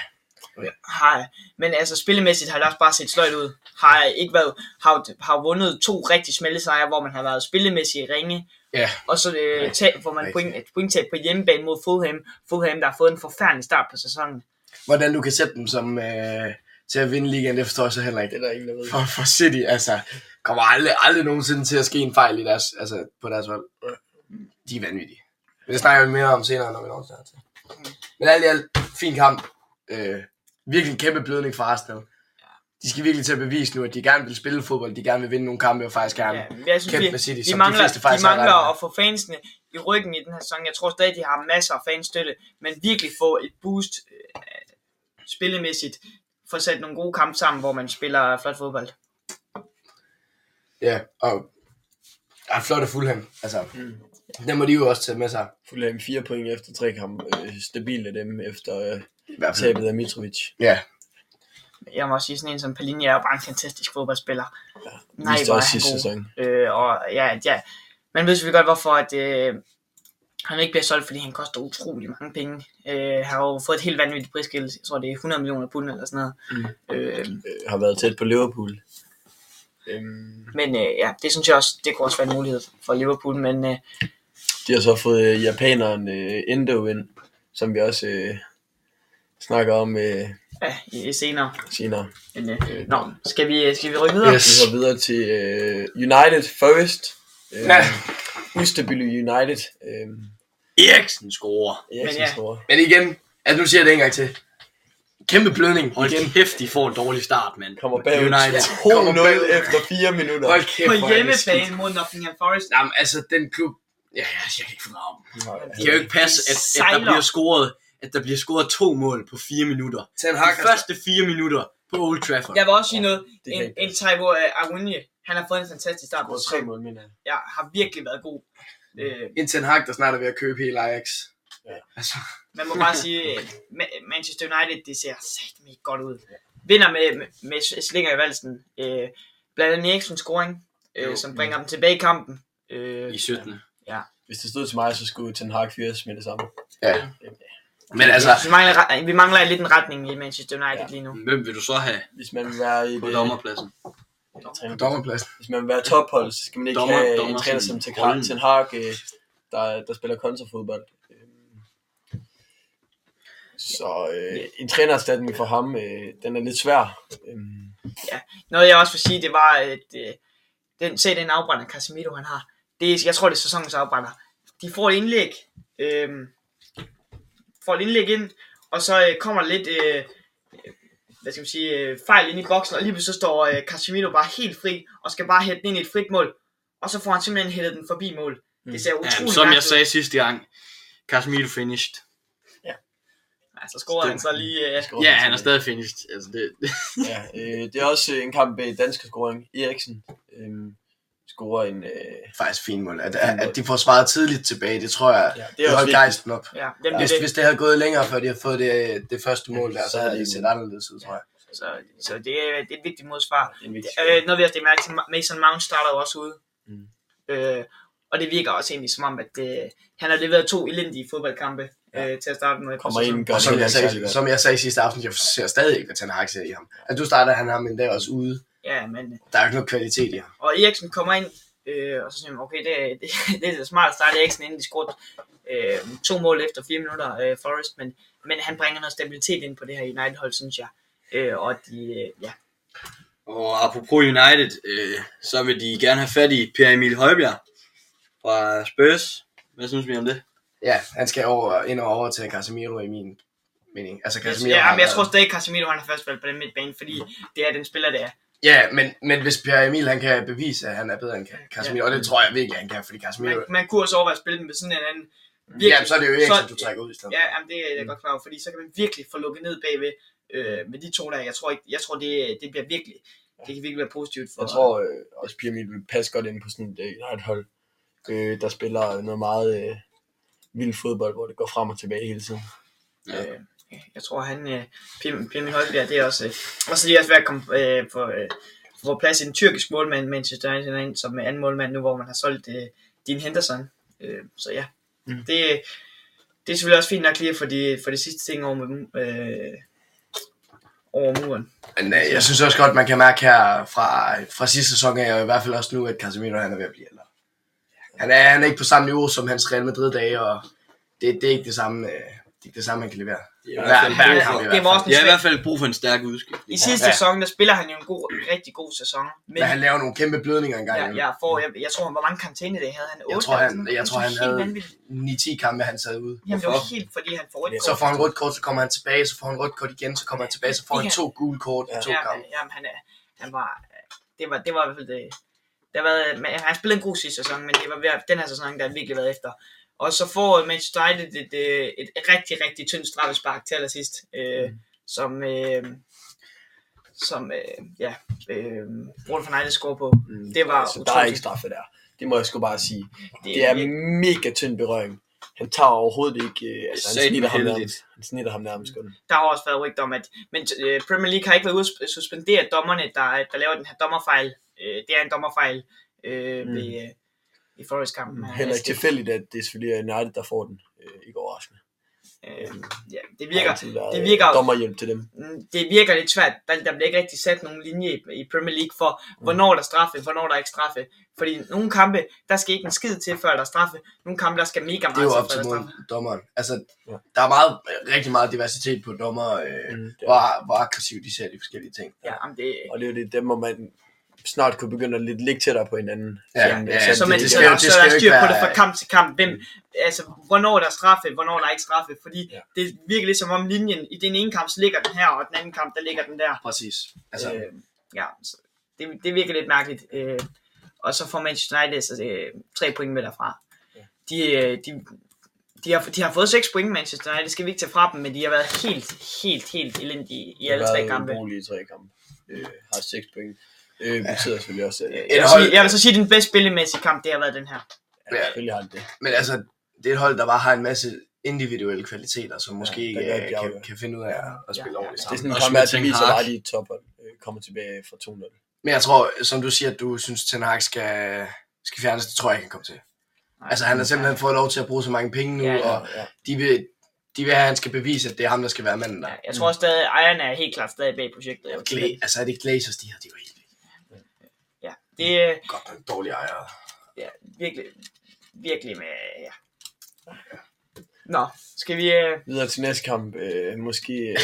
Speaker 3: Har, men altså spillemæssigt har det også bare set sløjt ud. Har ikke været, har, har vundet to rigtig smalle sejre, hvor man har været spillemæssigt ringe.
Speaker 4: Ja.
Speaker 3: Og så øh,
Speaker 4: Rigtig,
Speaker 3: tab, hvor man
Speaker 4: rigtig.
Speaker 3: point, et pointtab på hjemmebane mod Fulham. Fulham, der har fået en forfærdelig start på sæsonen.
Speaker 4: Hvordan du kan sætte dem som, øh, til at vinde ligaen, det forstår jeg så heller ikke.
Speaker 2: Det er der ingen, der ved.
Speaker 4: For, for City, altså, kommer aldrig, aldrig nogensinde til at ske en fejl i deres, altså, på deres hold. De er vanvittige. Men det snakker vi mere om senere, når vi når til. Men alt i alt, fin kamp. Øh, virkelig en kæmpe blødning for Arsenal. De skal virkelig til at bevise nu, at de gerne vil spille fodbold, de gerne vil vinde nogle kampe, og faktisk gerne.
Speaker 3: Ja, jeg synes,
Speaker 4: kæmpe
Speaker 3: vi,
Speaker 4: med City,
Speaker 3: de
Speaker 4: som de
Speaker 3: mangler,
Speaker 4: fleste
Speaker 3: de,
Speaker 4: faktisk har regnet
Speaker 3: mangler
Speaker 4: med.
Speaker 3: at få fansene i ryggen i den her sæson. Jeg tror stadig, de har masser af fanstøtte, men virkelig få et boost øh, spillemæssigt. Få sat nogle gode kampe sammen, hvor man spiller flot fodbold.
Speaker 4: Ja, og ja, flot af Fulham. Altså, mm. den må de jo også tage med sig.
Speaker 2: Fulham 4 point efter tre kampe. Øh, stabil af dem efter øh,
Speaker 4: I hvert fald.
Speaker 2: tabet af Mitrovic.
Speaker 4: Ja,
Speaker 3: Jeg må også sige, sådan en som Palinja er jo bare en fantastisk fodboldspiller. Nej,
Speaker 2: Viste
Speaker 3: hvor er
Speaker 2: også
Speaker 3: han
Speaker 2: sidste
Speaker 3: god.
Speaker 2: sæson.
Speaker 3: Øh, og ja, ja, man ved selvfølgelig godt, hvorfor at, øh, han ikke bliver solgt, fordi han koster utrolig mange penge. Øh, han har jo fået et helt vanvittigt prisskilt. Jeg tror, det er 100 millioner pund eller sådan noget. Mm. Øh,
Speaker 2: Øh, har været tæt på Liverpool. Øhm,
Speaker 3: Men øh, ja, det synes jeg også, det kunne også være en mulighed for Liverpool, men øh,
Speaker 2: de har så fået øh, japaneren øh, Endo ind, som vi også øh, snakker om øh,
Speaker 3: ja, i- i senere.
Speaker 2: senere.
Speaker 3: Men, øh, nå, skal vi, skal vi rykke videre?
Speaker 4: Yes.
Speaker 2: Vi går videre til øh, United Forest. Øh,
Speaker 4: Ja.
Speaker 2: Ustabile United. Øh,
Speaker 1: Eriksen scorer.
Speaker 2: Eriksen
Speaker 3: Men ja.
Speaker 2: ja. store.
Speaker 4: men igen, altså nu siger jeg det en gang til. Kæmpe blødning
Speaker 1: Hold
Speaker 4: igen.
Speaker 1: kæft, de får en dårlig start, mand.
Speaker 2: Kommer bagud
Speaker 1: United.
Speaker 2: 2-0 efter 4 minutter.
Speaker 4: Hold kæft,
Speaker 3: På
Speaker 4: hvor er det skidt.
Speaker 3: hjemmebane mod Nottingham Forest.
Speaker 4: Jamen, altså, den klub... Ja, ja, jeg kan ikke fordrage dem.
Speaker 1: Det kan jo ikke passe, at, at der
Speaker 3: Sejler.
Speaker 1: bliver scoret at der bliver scoret to mål på fire minutter.
Speaker 4: Ten Hag
Speaker 1: De første fire minutter på Old Trafford.
Speaker 3: Jeg vil også sige noget.
Speaker 2: det
Speaker 3: En,
Speaker 2: kan ikke
Speaker 3: en Taiwo Awunye, han har fået en fantastisk start på
Speaker 2: tre
Speaker 3: sæsonen.
Speaker 2: mål, øh, mener jeg.
Speaker 3: Ja, har virkelig været god. Øh,
Speaker 4: En Ten Hag, der snart er ved at købe hele Ajax.
Speaker 2: Ja.
Speaker 4: Altså,
Speaker 3: man må bare sige, at Ma- Manchester United, det ser satme ikke godt ud. Vinder med, med, med slinger i valsen. Øh, blandt andet Eriksen scoring, øh,
Speaker 1: Jo.
Speaker 3: som bringer dem tilbage i kampen. Øh,
Speaker 1: I 17.
Speaker 2: Hvis det stod til mig, så skulle Ten Hag fyres med det samme.
Speaker 4: ja. Men altså,
Speaker 3: vi, mangler, re- vi mangler lidt en retning i Manchester United lige nu.
Speaker 1: Hvem vil du så have
Speaker 2: Hvis man vil være i
Speaker 1: på
Speaker 2: det-
Speaker 1: dommerpladsen?
Speaker 4: på dommerpladsen.
Speaker 2: Hvis man vil være tophold, så skal man ikke
Speaker 1: Dommer-
Speaker 2: dommer, have
Speaker 1: dommer
Speaker 2: dommer, en træner
Speaker 1: som
Speaker 2: som
Speaker 1: rollen.
Speaker 2: Ten- Ten Hag, øh, der, der spiller kontrafodbold. Øhm, Så øh, en trænererstatning for ham, øh, den er lidt svær. Øhm,
Speaker 3: Noget jeg også vil sige, det var, at øh, den, se den afbrænder Casemiro han har. Det, er- jeg tror, det er sæsonens afbrænder. De får et øhm, indlæg, øh, får et indlæg ind, og så øh, kommer der lidt øh, øh, hvad skal man sige, øh, fejl inde i boksen, og lige pludselig så står øh, Casemiro bare helt fri, og skal bare hætte den ind i et frit mål, og så får han simpelthen hættet den forbi mål. Det ser utroligt
Speaker 1: Ja,
Speaker 3: ja,
Speaker 1: som jeg sagde sidste gang, Casemiro finished.
Speaker 3: Ja, Altså, så scorede han så lige... Øh,
Speaker 1: Ja, han er stadig finished. Altså, det,
Speaker 2: Ja, øh, det er også øh, en kamp med dansk scoring. Eriksen øh, scorer en... Øh,
Speaker 4: Faktisk fint mål. At,
Speaker 2: Fint mål.
Speaker 4: at de får svaret tidligt tilbage, det tror jeg,
Speaker 2: Ja,
Speaker 4: ja,
Speaker 2: det er
Speaker 4: det, det
Speaker 2: også
Speaker 4: holdt
Speaker 2: vigtigt.
Speaker 4: gejsten op.
Speaker 3: ja, dem, det,
Speaker 4: Hvis,
Speaker 3: det,
Speaker 4: hvis det havde gået længere, før de havde fået det, det første mål der,
Speaker 2: så
Speaker 4: så
Speaker 2: havde
Speaker 4: havde
Speaker 2: de
Speaker 4: det set anderledes ud, tror jeg.
Speaker 3: så, så det, er, det er et vigtigt modsvar.
Speaker 2: en vigtig
Speaker 3: Øh, noget vi også det mærke til, Mason Mount starter jo også ude.
Speaker 2: Mm.
Speaker 3: Øh, og det virker også egentlig som om, at øh, han har leveret to elendige fodboldkampe øh, til at starte med.
Speaker 2: Kommer ind, gør
Speaker 4: Og
Speaker 2: det
Speaker 4: som
Speaker 2: heller
Speaker 4: jeg,
Speaker 2: ikke særlig
Speaker 4: sagde,
Speaker 2: godt.
Speaker 4: som jeg sagde sidste aften, jeg ser stadig ikke, hvad Ten Hag ser i ham. At du starter han ham endda også ude.
Speaker 3: Ja, men, øh,
Speaker 4: Der er jo ikke noget kvalitet i ham.
Speaker 3: og Eriksen kommer ind, øh, og så siger man, okay, det, er- det, det er da smart at starte Eriksen, inden de scorede øh, to mål efter fire minutter, øh, Forrest, men, men han bringer noget stabilitet ind på det her United-hold, synes jeg. Øh, og de, øh, ja,
Speaker 1: Og apropos United, øh, så vil de gerne have fat i Per Emil Højbjerg fra Spurs. Hvad synes vi om det?
Speaker 4: Ja, han skal over, ind og over til Casemiro i min mening. Altså Casemiro
Speaker 3: ja,
Speaker 4: har
Speaker 3: men jeg
Speaker 4: været-
Speaker 3: tror stadig, at Casemiro han er først valgt på den midtbane, fordi det er den spiller, det er.
Speaker 4: Ja, men, men hvis Pierre Emil han kan bevise, at han er bedre end Ca- Casemiro, og det tror jeg virkelig, han kan, fordi Casemiro...
Speaker 3: Man, man kunne også overveje at spille den ved siden af hinanden.
Speaker 4: Ja, så er det jo
Speaker 3: så-
Speaker 4: Eriksen, du trækker ud i stedet.
Speaker 3: Ja, jamen, det er jeg godt klar over, fordi så kan man virkelig få lukket ned bagved øh, med de to der. Jeg tror, ikke, jeg tror det, øh, det bliver virkelig, det kan virkelig være positivt for.
Speaker 2: Jeg tror øh, også, Pyramid vil passe godt ind på sådan et, øh, et hold, øh, der spiller noget meget øh, vild fodbold, hvor det går frem og tilbage hele tiden.
Speaker 3: Øh, jeg tror, han, øh, Pirmin Højbjerg, det er også, øh, også lige også ved at komme øh, på, øh, få plads i en tyrkisk målmand, Manchester United er ind som anden målmand nu, hvor man har solgt øh, Dean Henderson. Øh, så ja,
Speaker 2: Mm.
Speaker 3: mm. det, det er selvfølgelig også fint nok lige at få de, for det sidste ting over, med, mu- øh, over muren.
Speaker 4: Men øh, jeg synes også godt, man kan mærke her fra, fra sidste sæson af, og i hvert fald også nu, at Casemiro han er ved at blive ældre. Han er, han er ikke på samme niveau som hans Real Madrid-dage, og det, det er ikke det samme, øh, det er ikke det samme, han kan levere.
Speaker 1: Ja,
Speaker 4: Hver, hver
Speaker 1: det-
Speaker 4: kamp i
Speaker 3: det
Speaker 4: hvert
Speaker 3: var
Speaker 4: fald.
Speaker 3: også en
Speaker 1: Jeg har i
Speaker 3: svag,
Speaker 1: hvert fald brug for en stærk udskiftning.
Speaker 3: I sidste
Speaker 4: Ja.
Speaker 3: sæson, der spiller han jo en god, en rigtig god sæson, men
Speaker 4: Men han laver nogle kæmpe blødninger engang.
Speaker 3: jeg, jeg, får, jeg, jeg tror, hvor mange karantæne det havde han?
Speaker 4: Jeg
Speaker 3: Otte
Speaker 4: tror,
Speaker 3: eller
Speaker 4: han-
Speaker 3: sådan noget?
Speaker 4: jeg
Speaker 3: Det
Speaker 4: tror,
Speaker 3: er
Speaker 4: han
Speaker 3: helt
Speaker 4: havde-
Speaker 3: vanvittigt.
Speaker 4: imellem. 9-10 kampe, han sad ude.
Speaker 3: Jamen, det var
Speaker 1: Hvorfor?
Speaker 3: helt, fordi han får et
Speaker 2: Ja,
Speaker 3: kort.
Speaker 4: Så får han rødt kort, så kommer han tilbage, så får han rødt kort igen, så kommer han tilbage, så får han to gule kort i to
Speaker 3: ja,
Speaker 4: kampe.
Speaker 3: men- Jamen, han, er, han var, det var, det var i hvert fald det. Der var, men han spillede en god sidste sæson, men det var hver- den her sæson, der har virkelig været efter. Og så får Manchester United et, øh, et rigtig, rigtig tyndt straffespark til allersidst, øh, mm. som, øh, som øh, ja, øh, Bruno Fernandes score på. Mm. Det var
Speaker 2: altså, der er ikke straffe der. Det må jeg sgu bare sige.
Speaker 3: Det er
Speaker 2: Det er
Speaker 3: virkelig-
Speaker 2: mega tynd berøring. Han tager overhovedet ikke... Øh, altså, han
Speaker 1: Satme
Speaker 2: snitter ham
Speaker 1: heldigt.
Speaker 2: nærmest. Han snitter ham nærmest kun.
Speaker 3: der har også været rygter om, at men, øh, Premier League har ikke været ude at sp- suspendere dommerne, der, der laver den her dommerfejl. Øh, det er en dommerfejl øh,
Speaker 2: Mm.
Speaker 3: mm. ved, øh, i
Speaker 4: Mm.
Speaker 3: øh, Forest-kampen. her.
Speaker 2: Heller ikke tilfældigt, at det selvfølgelig er United, der får den. Øh, ikke overraskende.
Speaker 3: Øh, ja, det
Speaker 2: Der har
Speaker 3: virker,
Speaker 2: altid været,
Speaker 3: det
Speaker 2: øh,
Speaker 3: virker jo-
Speaker 2: Dommerhjælp til dem.
Speaker 3: mm, det virker lidt svært. Der, der bliver ikke rigtig sat nogen linje i, i Premier League for,
Speaker 4: Mm.
Speaker 3: hvornår der er straffe, hvornår der er ikke straffe. Fordi nogle kampe, der skal ikke en skid til, før der er straffe. Nogle kampe, der skal mega meget
Speaker 4: Det er jo
Speaker 3: til,
Speaker 4: op
Speaker 3: før
Speaker 4: til
Speaker 3: der er
Speaker 4: mod
Speaker 3: straffe.
Speaker 4: dommeren. Altså,
Speaker 2: Ja.
Speaker 4: der er meget, øh, rigtig meget diversitet på dommer,
Speaker 2: Mm,
Speaker 4: øh,
Speaker 2: det er
Speaker 4: hvor, hvor aggressivt de ser de forskellige ting.
Speaker 3: Ja, jamen det,
Speaker 2: Og det er jo det, dem, hvor man snart kunne begynde at lidt ligge tættere på hinanden.
Speaker 4: Ja,
Speaker 2: Sådan,
Speaker 4: ja,
Speaker 2: øh,
Speaker 4: ja,
Speaker 3: altså, så, man,
Speaker 2: det,
Speaker 4: det
Speaker 3: så,
Speaker 4: skal jo-
Speaker 3: der,
Speaker 4: det
Speaker 3: så
Speaker 4: skal
Speaker 3: der
Speaker 4: jo
Speaker 3: er
Speaker 4: ikke
Speaker 3: styr på det
Speaker 4: være-
Speaker 3: fra kamp til kamp. Hvem, altså, hvornår er der straffe, hvornår er der ikke straffe. Fordi
Speaker 2: Ja.
Speaker 3: ja. det virker lidt som om linjen i den ene kamp, så ligger den her, og den anden kamp, der ligger den der.
Speaker 4: Præcis.
Speaker 3: Altså,
Speaker 4: Altså,
Speaker 3: øh, ja, så det, det virker lidt mærkeligt. Øh, og så får Manchester United så, øh, tre point med derfra. De, øh, de, de, har, de har fået seks point, Manchester United. Det skal vi ikke tage fra dem, men de har været helt, helt, helt elendige i
Speaker 2: har
Speaker 3: alle tre
Speaker 2: været
Speaker 3: kampe.
Speaker 2: ubrugelige i tre kampe. Øh, har seks point. Øh, betyder selvfølgelig også, at
Speaker 3: Jeg
Speaker 4: Et
Speaker 3: vil,
Speaker 4: hold-
Speaker 3: sige, jeg vil så sige, at den bedst spillemæssige kamp, det har været den her.
Speaker 4: ja.
Speaker 2: selvfølgelig har det det.
Speaker 4: Men altså, det er et hold, der bare har en masse individuelle kvaliteter, som måske
Speaker 2: der
Speaker 4: ikke
Speaker 2: gør, at de
Speaker 4: øh, kan,
Speaker 2: afgør.
Speaker 4: kan finde ud af at- at spille
Speaker 3: Ja, ja,
Speaker 4: ordentligt
Speaker 2: Det er
Speaker 4: sammen.
Speaker 2: sådan en
Speaker 1: Også
Speaker 2: kamp,
Speaker 1: med
Speaker 2: at de
Speaker 1: Ten
Speaker 2: viser
Speaker 1: Hag.
Speaker 2: bare, at de er et tophold øh, kommer tilbage fra 2-0.
Speaker 4: Men jeg tror, som du siger, at du synes, Ten Hag skal, skal fjernes, det tror jeg ikke, han kommer til. Altså, han har simpelthen fået lov til at bruge så mange penge nu,
Speaker 3: Ja, ja.
Speaker 4: og
Speaker 2: ja.
Speaker 4: de vil, de vil have, at han skal bevise, at det er ham, der skal være manden der.
Speaker 3: Ja, jeg tror også stadig, at ejerne er helt klart stadig bag projektet.
Speaker 4: Gla- altså, er det Glazers, de her? De er jo helt vildt.
Speaker 3: Ja, det er
Speaker 4: godt nok dårlige ejere.
Speaker 3: ja, virkelig, virkelig med... Ja. Nå, skal vi... Øh,
Speaker 2: Videre til næste kamp. Øh, måske... Øh,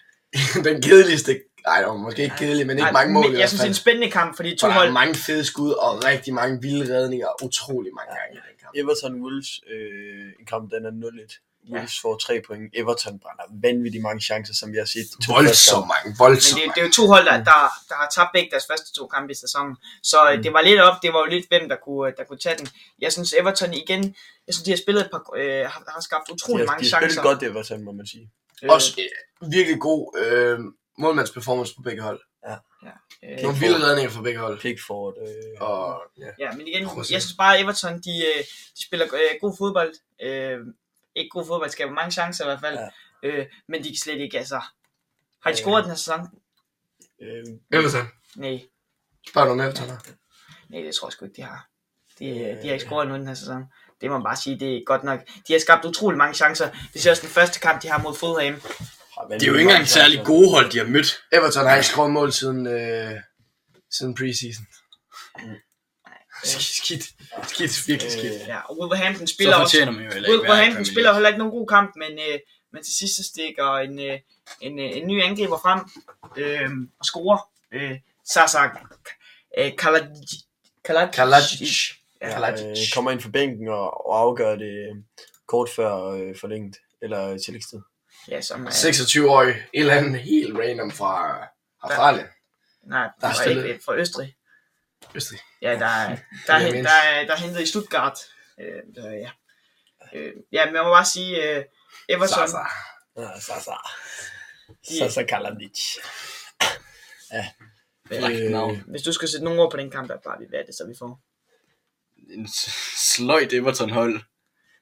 Speaker 4: Den kedeligste... Nej, det var måske ikke kedelig, men ikke
Speaker 3: nej,
Speaker 4: mange mål i
Speaker 3: men Jeg
Speaker 4: hvert
Speaker 3: synes, det er en
Speaker 4: fald.
Speaker 3: spændende kamp, fordi to
Speaker 4: For der
Speaker 3: hold...
Speaker 4: er mange fede skud og rigtig mange vilde redninger utrolig mange gange i den kamp.
Speaker 2: Everton Wolves, øh, en kamp, den er 0-1. Wolves får tre point. Everton brænder vanvittigt mange chancer, som vi har set. de to første
Speaker 4: Voldsomt
Speaker 2: kampe.
Speaker 4: mange,
Speaker 3: Men
Speaker 4: voldsomt
Speaker 3: det, det
Speaker 4: mange.
Speaker 3: er jo to hold, der, der, der har tabt begge deres første to kampe i sæsonen. Så mm. det var lidt op, det var jo lidt hvem, der kunne, øh, der kunne tage den. Jeg synes Everton igen, jeg synes de har spillet et par, øh, har, har skabt utrolig
Speaker 2: de,
Speaker 3: mange
Speaker 2: de har
Speaker 3: chancer.
Speaker 2: spillet godt Everton, må man sige.
Speaker 3: Øh,
Speaker 4: Også øh, virkelig god øh, målmandsperformance på begge hold.
Speaker 3: øh,
Speaker 4: Nogle vilde redninger fra begge hold.
Speaker 2: Pickford. Øh,
Speaker 4: Og ja.
Speaker 3: Ja, men igen,
Speaker 4: Prøv at se.
Speaker 3: jeg synes bare, at Everton, de, øh, de spiller øh, god fodbold. Øh, ikke god fodbold, skaber mange chancer i hvert fald.
Speaker 2: Ja.
Speaker 3: Ja. Øh, men de kan slet ikke, altså... Har de
Speaker 2: Ja.
Speaker 3: scoret den her sæson?
Speaker 2: øh,
Speaker 4: Everton,
Speaker 3: Nej,
Speaker 4: spørg noget mere, Tanner.
Speaker 3: nej, det tror jeg sgu ikke, de har. De, øh,
Speaker 2: Ja.
Speaker 3: de har ikke scoret nogen den her sæson. Det må man bare sige, det er godt nok. De har skabt utrolig mange chancer. Det er også den første kamp, de har mod Fulham.
Speaker 2: har
Speaker 1: Det er jo ikke engang særlig gode hold, de har mødt.
Speaker 4: Everton har ikke skåret mål siden, øh, siden preseason. Skidt, skidt, virkelig skidt.
Speaker 2: Øh,
Speaker 3: Ja, og Wolverhampton
Speaker 1: Så
Speaker 3: spiller også
Speaker 1: fortjener man jo heller ikke. at være i Premier
Speaker 3: Wolverhampton
Speaker 1: League.
Speaker 3: spiller heller ikke nogen god kamp, men, øh, men til sidst så stikker en, øh, en, øh, en ny angriber frem øh, og scorer. Øh, Sasa øh, Kalajic.
Speaker 4: Kalajic.
Speaker 3: Ja,
Speaker 2: Øh, kommer ind for bænken og, og afgør det øh, kort før øh, forlænget eller øh, tillægstid.
Speaker 3: Ja, som er...
Speaker 4: 26-årig, en eller anden helt random fra Australien.
Speaker 3: Nej,
Speaker 4: Der
Speaker 3: der
Speaker 4: er
Speaker 3: er
Speaker 4: stillet.
Speaker 3: ikke øh, fra Østrig.
Speaker 4: Østrig.
Speaker 3: Ja, der, er- der, er,
Speaker 4: Jeg
Speaker 3: hen-
Speaker 4: mindes.
Speaker 3: der, er, der er hentet i Stuttgart. Øh, så, ja. Øh, ja, men jeg må bare sige, øh, Everton,
Speaker 4: Zaza.
Speaker 2: Ah, Sasa.
Speaker 3: De-
Speaker 2: Sasa Kalanic. Ja.
Speaker 1: Frækt navn.
Speaker 3: hvis du skal sætte nogle ord på den kamp, der plejer vi, hvad er det så, vi får?
Speaker 1: En s- sløjt Everton-hold.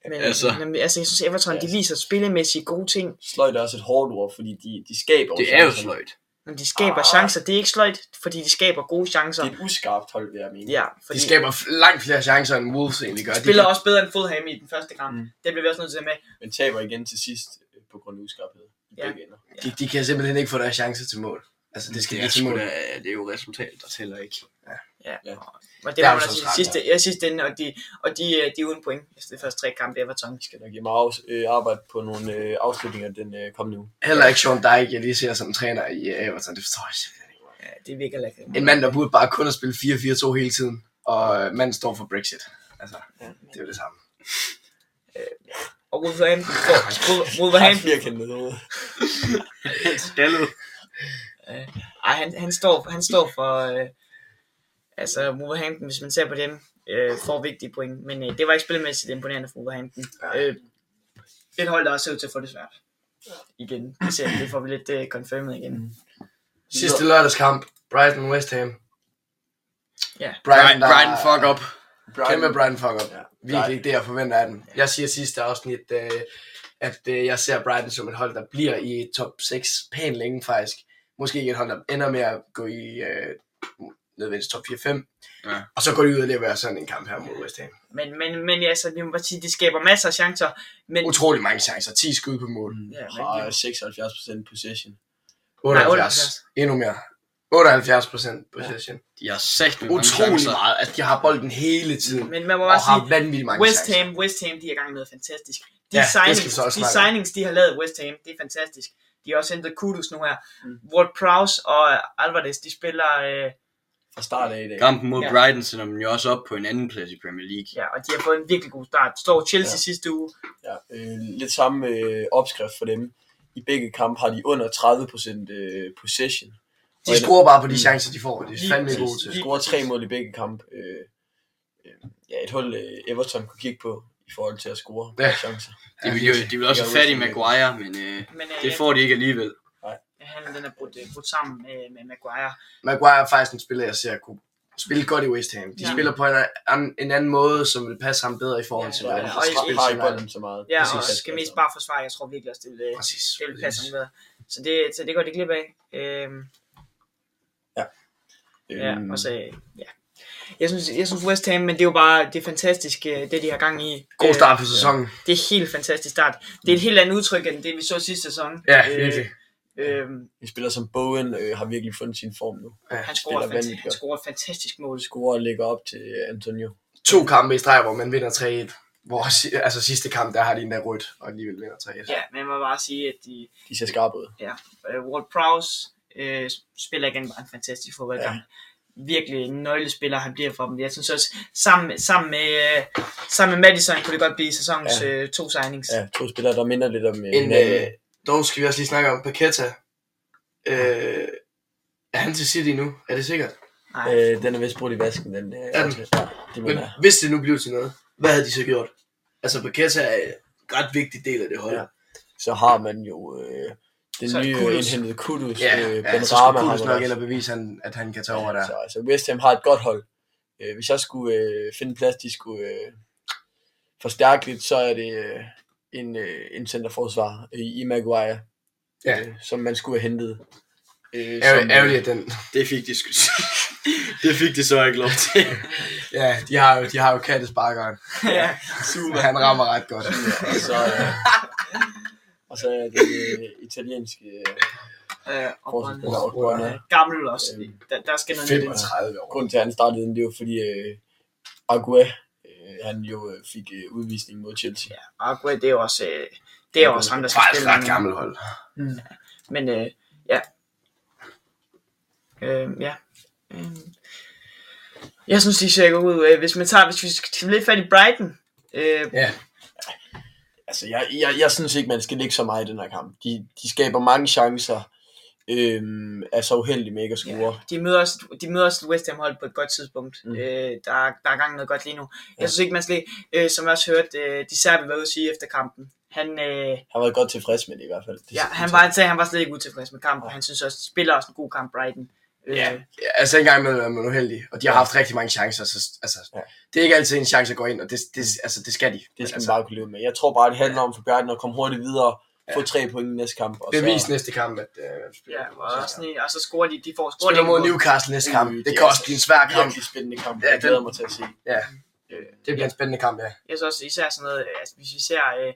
Speaker 3: Men,
Speaker 1: Altså.
Speaker 3: altså, men, altså, jeg synes, Everton,
Speaker 2: Ja.
Speaker 3: de viser spillemæssigt gode ting.
Speaker 2: Sløjt er også et hårdt ord, fordi de, de skaber
Speaker 1: Det er jo
Speaker 2: chancerne.
Speaker 1: sløjt.
Speaker 3: Når de skaber
Speaker 2: Ah.
Speaker 3: ah. chancer, det er ikke sløjt, fordi de skaber gode chancer.
Speaker 2: Det er et uskarpt hold, vil jeg mene.
Speaker 3: Ja, fordi
Speaker 4: De skaber f- langt flere chancer, end Wolves egentlig gør.
Speaker 3: de
Speaker 4: De
Speaker 3: spiller
Speaker 4: kan-
Speaker 3: også bedre end Fulham i den første kamp.
Speaker 2: Mm.
Speaker 3: Mm. Det bliver vi også nødt til at have med.
Speaker 2: Men taber igen til sidst øh, på grund af uskarphed. I
Speaker 3: Ja.
Speaker 2: begge ender.
Speaker 4: de, de kan simpelthen ikke få deres chance til mål. Altså, det skal
Speaker 1: det,
Speaker 4: de
Speaker 1: er
Speaker 4: til
Speaker 1: sgu
Speaker 4: mål.
Speaker 1: da, det er jo resultatet, der tæller ikke.
Speaker 3: Ja.
Speaker 2: Ja.
Speaker 3: ja. Og
Speaker 4: Der
Speaker 3: det
Speaker 4: er
Speaker 3: var
Speaker 4: jo
Speaker 3: man
Speaker 4: så
Speaker 3: også i
Speaker 4: træt,
Speaker 3: sidste, ja, sidste ende, og de, og de, øh, de er uden point. efter de første tre kampe Everton.
Speaker 2: Vi skal nok give mig af, øh, arbejde på nogle øh, afslutninger den øh, kommende uge.
Speaker 4: Heller ikke Sean Dyke, jeg lige ser som træner i Everton. Det forstår jeg simpelthen ikke.
Speaker 3: Ja, det virker lækkert.
Speaker 4: En mand, der burde bare kun at spille 4-4-2 hele tiden. Og øh, manden står for Brexit. Altså, det er jo det samme.
Speaker 3: Og Wolverhampton får, Wol- Wolverhampton,
Speaker 2: firkantet hoved.
Speaker 1: Skaldet.
Speaker 3: ej, han, han, står, han står for, øh, altså Wolverhampton, hvis man ser på dem, øh, får vigtige point. Men øh, det var ikke spillemæssigt imponerende for Wolverhampton.
Speaker 4: Ja.
Speaker 3: Øh, et hold, der også ser ud til at få det svært. Igen, det, ser, det får vi lidt øh, confirmed igen.
Speaker 4: Mm. Sidste lørdagskamp, Brighton West Ham.
Speaker 3: Ja.
Speaker 1: Brian, Brian, fuck up.
Speaker 4: Kæmpe Brighton fuck up.
Speaker 2: Ja.
Speaker 4: Virkelig ikke det, jeg forventer af den. Jeg siger sidste afsnit, øh, at øh, jeg ser Brighton som et hold, der bliver i top 6 pænt længe faktisk. Måske ikke et hold, der ender med at gå i øh, nødvendigvis top 4-5.
Speaker 1: Ja.
Speaker 4: Og så går de ud og leverer sådan en kamp her mod West Ham.
Speaker 3: Men, men, men altså, vi må bare sige, de skaber masser af chancer, men...
Speaker 4: Utrolig mange chancer. 10 skud på mål.
Speaker 3: Ja, men,
Speaker 2: Har 76% possession.
Speaker 4: 78. Endnu mere. 78 procent possession.
Speaker 1: De har sagt med
Speaker 4: Utrolig meget. Altså, de har bolden hele tiden.
Speaker 3: men man må
Speaker 4: Og
Speaker 3: bare
Speaker 4: har
Speaker 3: sige,
Speaker 4: vanvittigt mange
Speaker 3: West
Speaker 4: chancer.
Speaker 3: Ham, West Ham, de er i gang med noget fantastisk. De,
Speaker 4: Ja,
Speaker 3: ja,
Speaker 4: det skal vi
Speaker 3: signings,
Speaker 4: så også
Speaker 3: de
Speaker 4: snakke om.
Speaker 3: signings, de har lavet West Ham, det er fantastisk. De har også hentet Kudus nu her. Mm. Ward Prowse og øh, Alvarez, de spiller... Øh,
Speaker 2: Fra start af i dag.
Speaker 1: Kampen mod
Speaker 3: Ja.
Speaker 1: Brighton sender dem jo også op på en anden plads i Premier League.
Speaker 3: ja, og de har fået en virkelig god start. Står Chelsea
Speaker 2: Ja.
Speaker 3: ja. sidste uge.
Speaker 2: Ja, øh, lidt samme øh, opskrift for dem. I begge kampe har de under 30% øh, possession.
Speaker 4: De scorer bare på de chancer, de får. Det er
Speaker 3: Lige
Speaker 4: fandme
Speaker 3: præcis.
Speaker 4: gode til.
Speaker 2: De scorer tre mål i begge kampe. Øh, øh, ja, et hold øh, Everton kunne kigge på i forhold til at score
Speaker 4: Ja.
Speaker 2: ja. chancer.
Speaker 1: De vil, jo, de vil også
Speaker 2: Ja,
Speaker 1: have fat i
Speaker 2: West Ham.
Speaker 1: Maguire, men øh,
Speaker 3: Men øh,
Speaker 1: det får de ikke alligevel.
Speaker 3: han den er brudt, øh, brudt sammen øh, med Maguire.
Speaker 4: Maguire er faktisk en spiller, jeg ser kunne spille godt i West Ham. De ja.
Speaker 3: Ja.
Speaker 4: spiller på en, an, en anden måde, som vil passe ham bedre i forhold til,
Speaker 2: Så
Speaker 4: hvordan
Speaker 2: ja,
Speaker 4: de
Speaker 2: og
Speaker 4: skal
Speaker 2: har,
Speaker 4: spille
Speaker 2: har
Speaker 4: til
Speaker 2: ikke
Speaker 4: hinanden.
Speaker 2: bolden så meget.
Speaker 3: Ja,
Speaker 4: Præcis.
Speaker 3: og skal mest bare forsvare. Jeg tror virkelig også, det vil, øh,
Speaker 4: Præcis.
Speaker 3: det vil
Speaker 4: præcis.
Speaker 3: passe ham bedre. Så det, så det går det glip af. Øhm, Ja,
Speaker 2: Øhm,
Speaker 3: og så, øh, ja. Jeg synes, jeg synes West Ham, men det er jo bare det er fantastisk, øh, det de har gang i.
Speaker 4: God
Speaker 3: Øh,
Speaker 4: start på sæsonen.
Speaker 3: Det er helt fantastisk start. Det er et helt andet udtryk, end det vi så sidste sæson.
Speaker 4: Ja, virkelig.
Speaker 3: Øh, øh,
Speaker 2: En spiller som Bowen øh, har virkelig fundet sin form nu.
Speaker 3: han, scorer
Speaker 2: Spiller
Speaker 3: fanta-
Speaker 2: vanvittigt
Speaker 3: han
Speaker 2: godt.
Speaker 3: scorer et fantastisk mål.
Speaker 2: Scorer og lægger op til øh, Antonio.
Speaker 4: To kampe i streg, hvor man vinder 3-1. Hvor, si- altså sidste kamp, der har de endda rødt, og alligevel vinder 3-1.
Speaker 3: Ja, men jeg må bare sige, at de,
Speaker 2: De ser skarpe ud.
Speaker 3: ja, øh, Ward Prowse øh, spiller igen bare en fantastisk fodboldkamp. virkelig en nøglespiller, han bliver for dem. Jeg synes også, sammen, sammen med, øh, sammen med Madison kunne det godt blive sæsonens
Speaker 2: Ja.
Speaker 3: ja. øh, to signings. Ja.
Speaker 2: Ja, to spillere, der minder lidt om øh,
Speaker 4: En,
Speaker 2: hinanden.
Speaker 4: øh, dog skal vi også lige snakke om Paqueta. Øh, er han til City nu? Er det sikkert?
Speaker 3: Nej.
Speaker 2: Øh, den er vist brugt i vasken, den. Øh,
Speaker 4: den?
Speaker 2: aftale. Ja, det
Speaker 4: Men
Speaker 2: mener jeg.
Speaker 4: hvis det nu blev til noget, hvad havde de så gjort? Altså Paqueta er en ret vigtig del af det hold.
Speaker 2: Ja. Så har man jo øh, den
Speaker 3: Så er
Speaker 2: nye
Speaker 3: Kudus.
Speaker 2: indhentede Kudus.
Speaker 4: Ja,
Speaker 2: øh,
Speaker 4: ja,
Speaker 2: Ben
Speaker 4: så
Speaker 2: Rama
Speaker 4: skulle
Speaker 2: har
Speaker 4: Kudus
Speaker 2: man
Speaker 4: nok
Speaker 2: også.
Speaker 4: ind og bevise, han, at han kan tage over der.
Speaker 2: Så altså, West Ham har et godt hold. Øh, hvis jeg skulle øh, finde plads, de skulle øh, forstærke lidt, så er det øh, en, øh, en centerforsvar øh, i, i Maguire,
Speaker 4: Ja.
Speaker 2: øh, som man skulle have hentet. Øh,
Speaker 4: Ærger- Ærgerligt, at den...
Speaker 1: Det fik de sgu. det fik de så ikke lov til.
Speaker 4: Ja, de har jo, de har jo kattesparkeren.
Speaker 3: ja.
Speaker 4: Super. Han rammer ret godt.
Speaker 2: øh, og, så, øh, og så er det øh, italienske øh,
Speaker 3: Øh, og
Speaker 2: forsvarsspiller.
Speaker 4: Brøndby.
Speaker 2: Brøndby.
Speaker 3: Brøndby. Øh, Gammel også. fordi Der, der skal noget nyt ind.
Speaker 4: 35 år.
Speaker 2: Grunden til, at han startede den, det var fordi øh, Agua, øh, han jo øh, fik øh, udvisning mod Chelsea.
Speaker 3: Ja, Agua, det er jo også, øh, det er jo også ham, der skal
Speaker 4: Faktisk
Speaker 3: spille.
Speaker 4: ret
Speaker 3: men-
Speaker 4: gammel hold.
Speaker 3: Men øh, ja. Øh, ja. Øh. Jeg synes, de ser gode ud. Øh, Hvis man tager, hvis vi skal tage lidt fat i Brighton. Øh,
Speaker 4: Ja.
Speaker 2: Altså, jeg, jeg, jeg synes ikke, man skal ligge så meget i den her kamp. De, de skaber mange chancer, øhm, er så uheldige med ikke at score. Ja.
Speaker 3: de møder også, de møder også et West Ham hold på et godt tidspunkt.
Speaker 2: Mm.
Speaker 3: Mm. Øh, der, er, der er gang i noget godt lige nu. Jeg
Speaker 2: Ja.
Speaker 3: synes ikke, man skal øh, som jeg også hørte, øh, de serbe var ude at sige efter kampen. Han, øh,
Speaker 2: Han var godt tilfreds med det i hvert fald. Det
Speaker 3: ja, han, var, han sagde, han var slet ikke utilfreds med kampen, og han synes også, de spiller også en god kamp, Brighton. Øh,
Speaker 4: Ja. Ja, altså engang imellem er man uheldig, og de har
Speaker 2: Ja.
Speaker 4: haft rigtig mange chancer. Så, altså,
Speaker 2: Ja.
Speaker 4: Det er ikke altid en chance at gå ind, og det, det, altså, det skal de.
Speaker 2: Det skal man
Speaker 4: altså,
Speaker 2: bare kunne leve med. Jeg tror bare, det handler om for Bjørn at komme hurtigt videre, få tre point i næste kamp. Og
Speaker 4: Bevis
Speaker 2: så,
Speaker 4: næste kamp, at øh, spiller,
Speaker 3: ja, og, også sådan, en- og så scorer de, de får scoret
Speaker 4: spiller
Speaker 3: et
Speaker 4: mod
Speaker 3: mål.
Speaker 4: Newcastle næste kamp.
Speaker 2: Øh,
Speaker 4: Det
Speaker 2: ja,
Speaker 4: kan også
Speaker 2: altså,
Speaker 4: blive en svær kamp.
Speaker 2: virkelig spændende kamp.
Speaker 4: Ja,
Speaker 2: jeg glæder
Speaker 4: den-
Speaker 2: mig til at se.
Speaker 4: Ja,
Speaker 3: Øh,
Speaker 4: det bliver en spændende kamp, ja.
Speaker 3: Jeg synes også især sådan noget, altså hvis vi ser øh,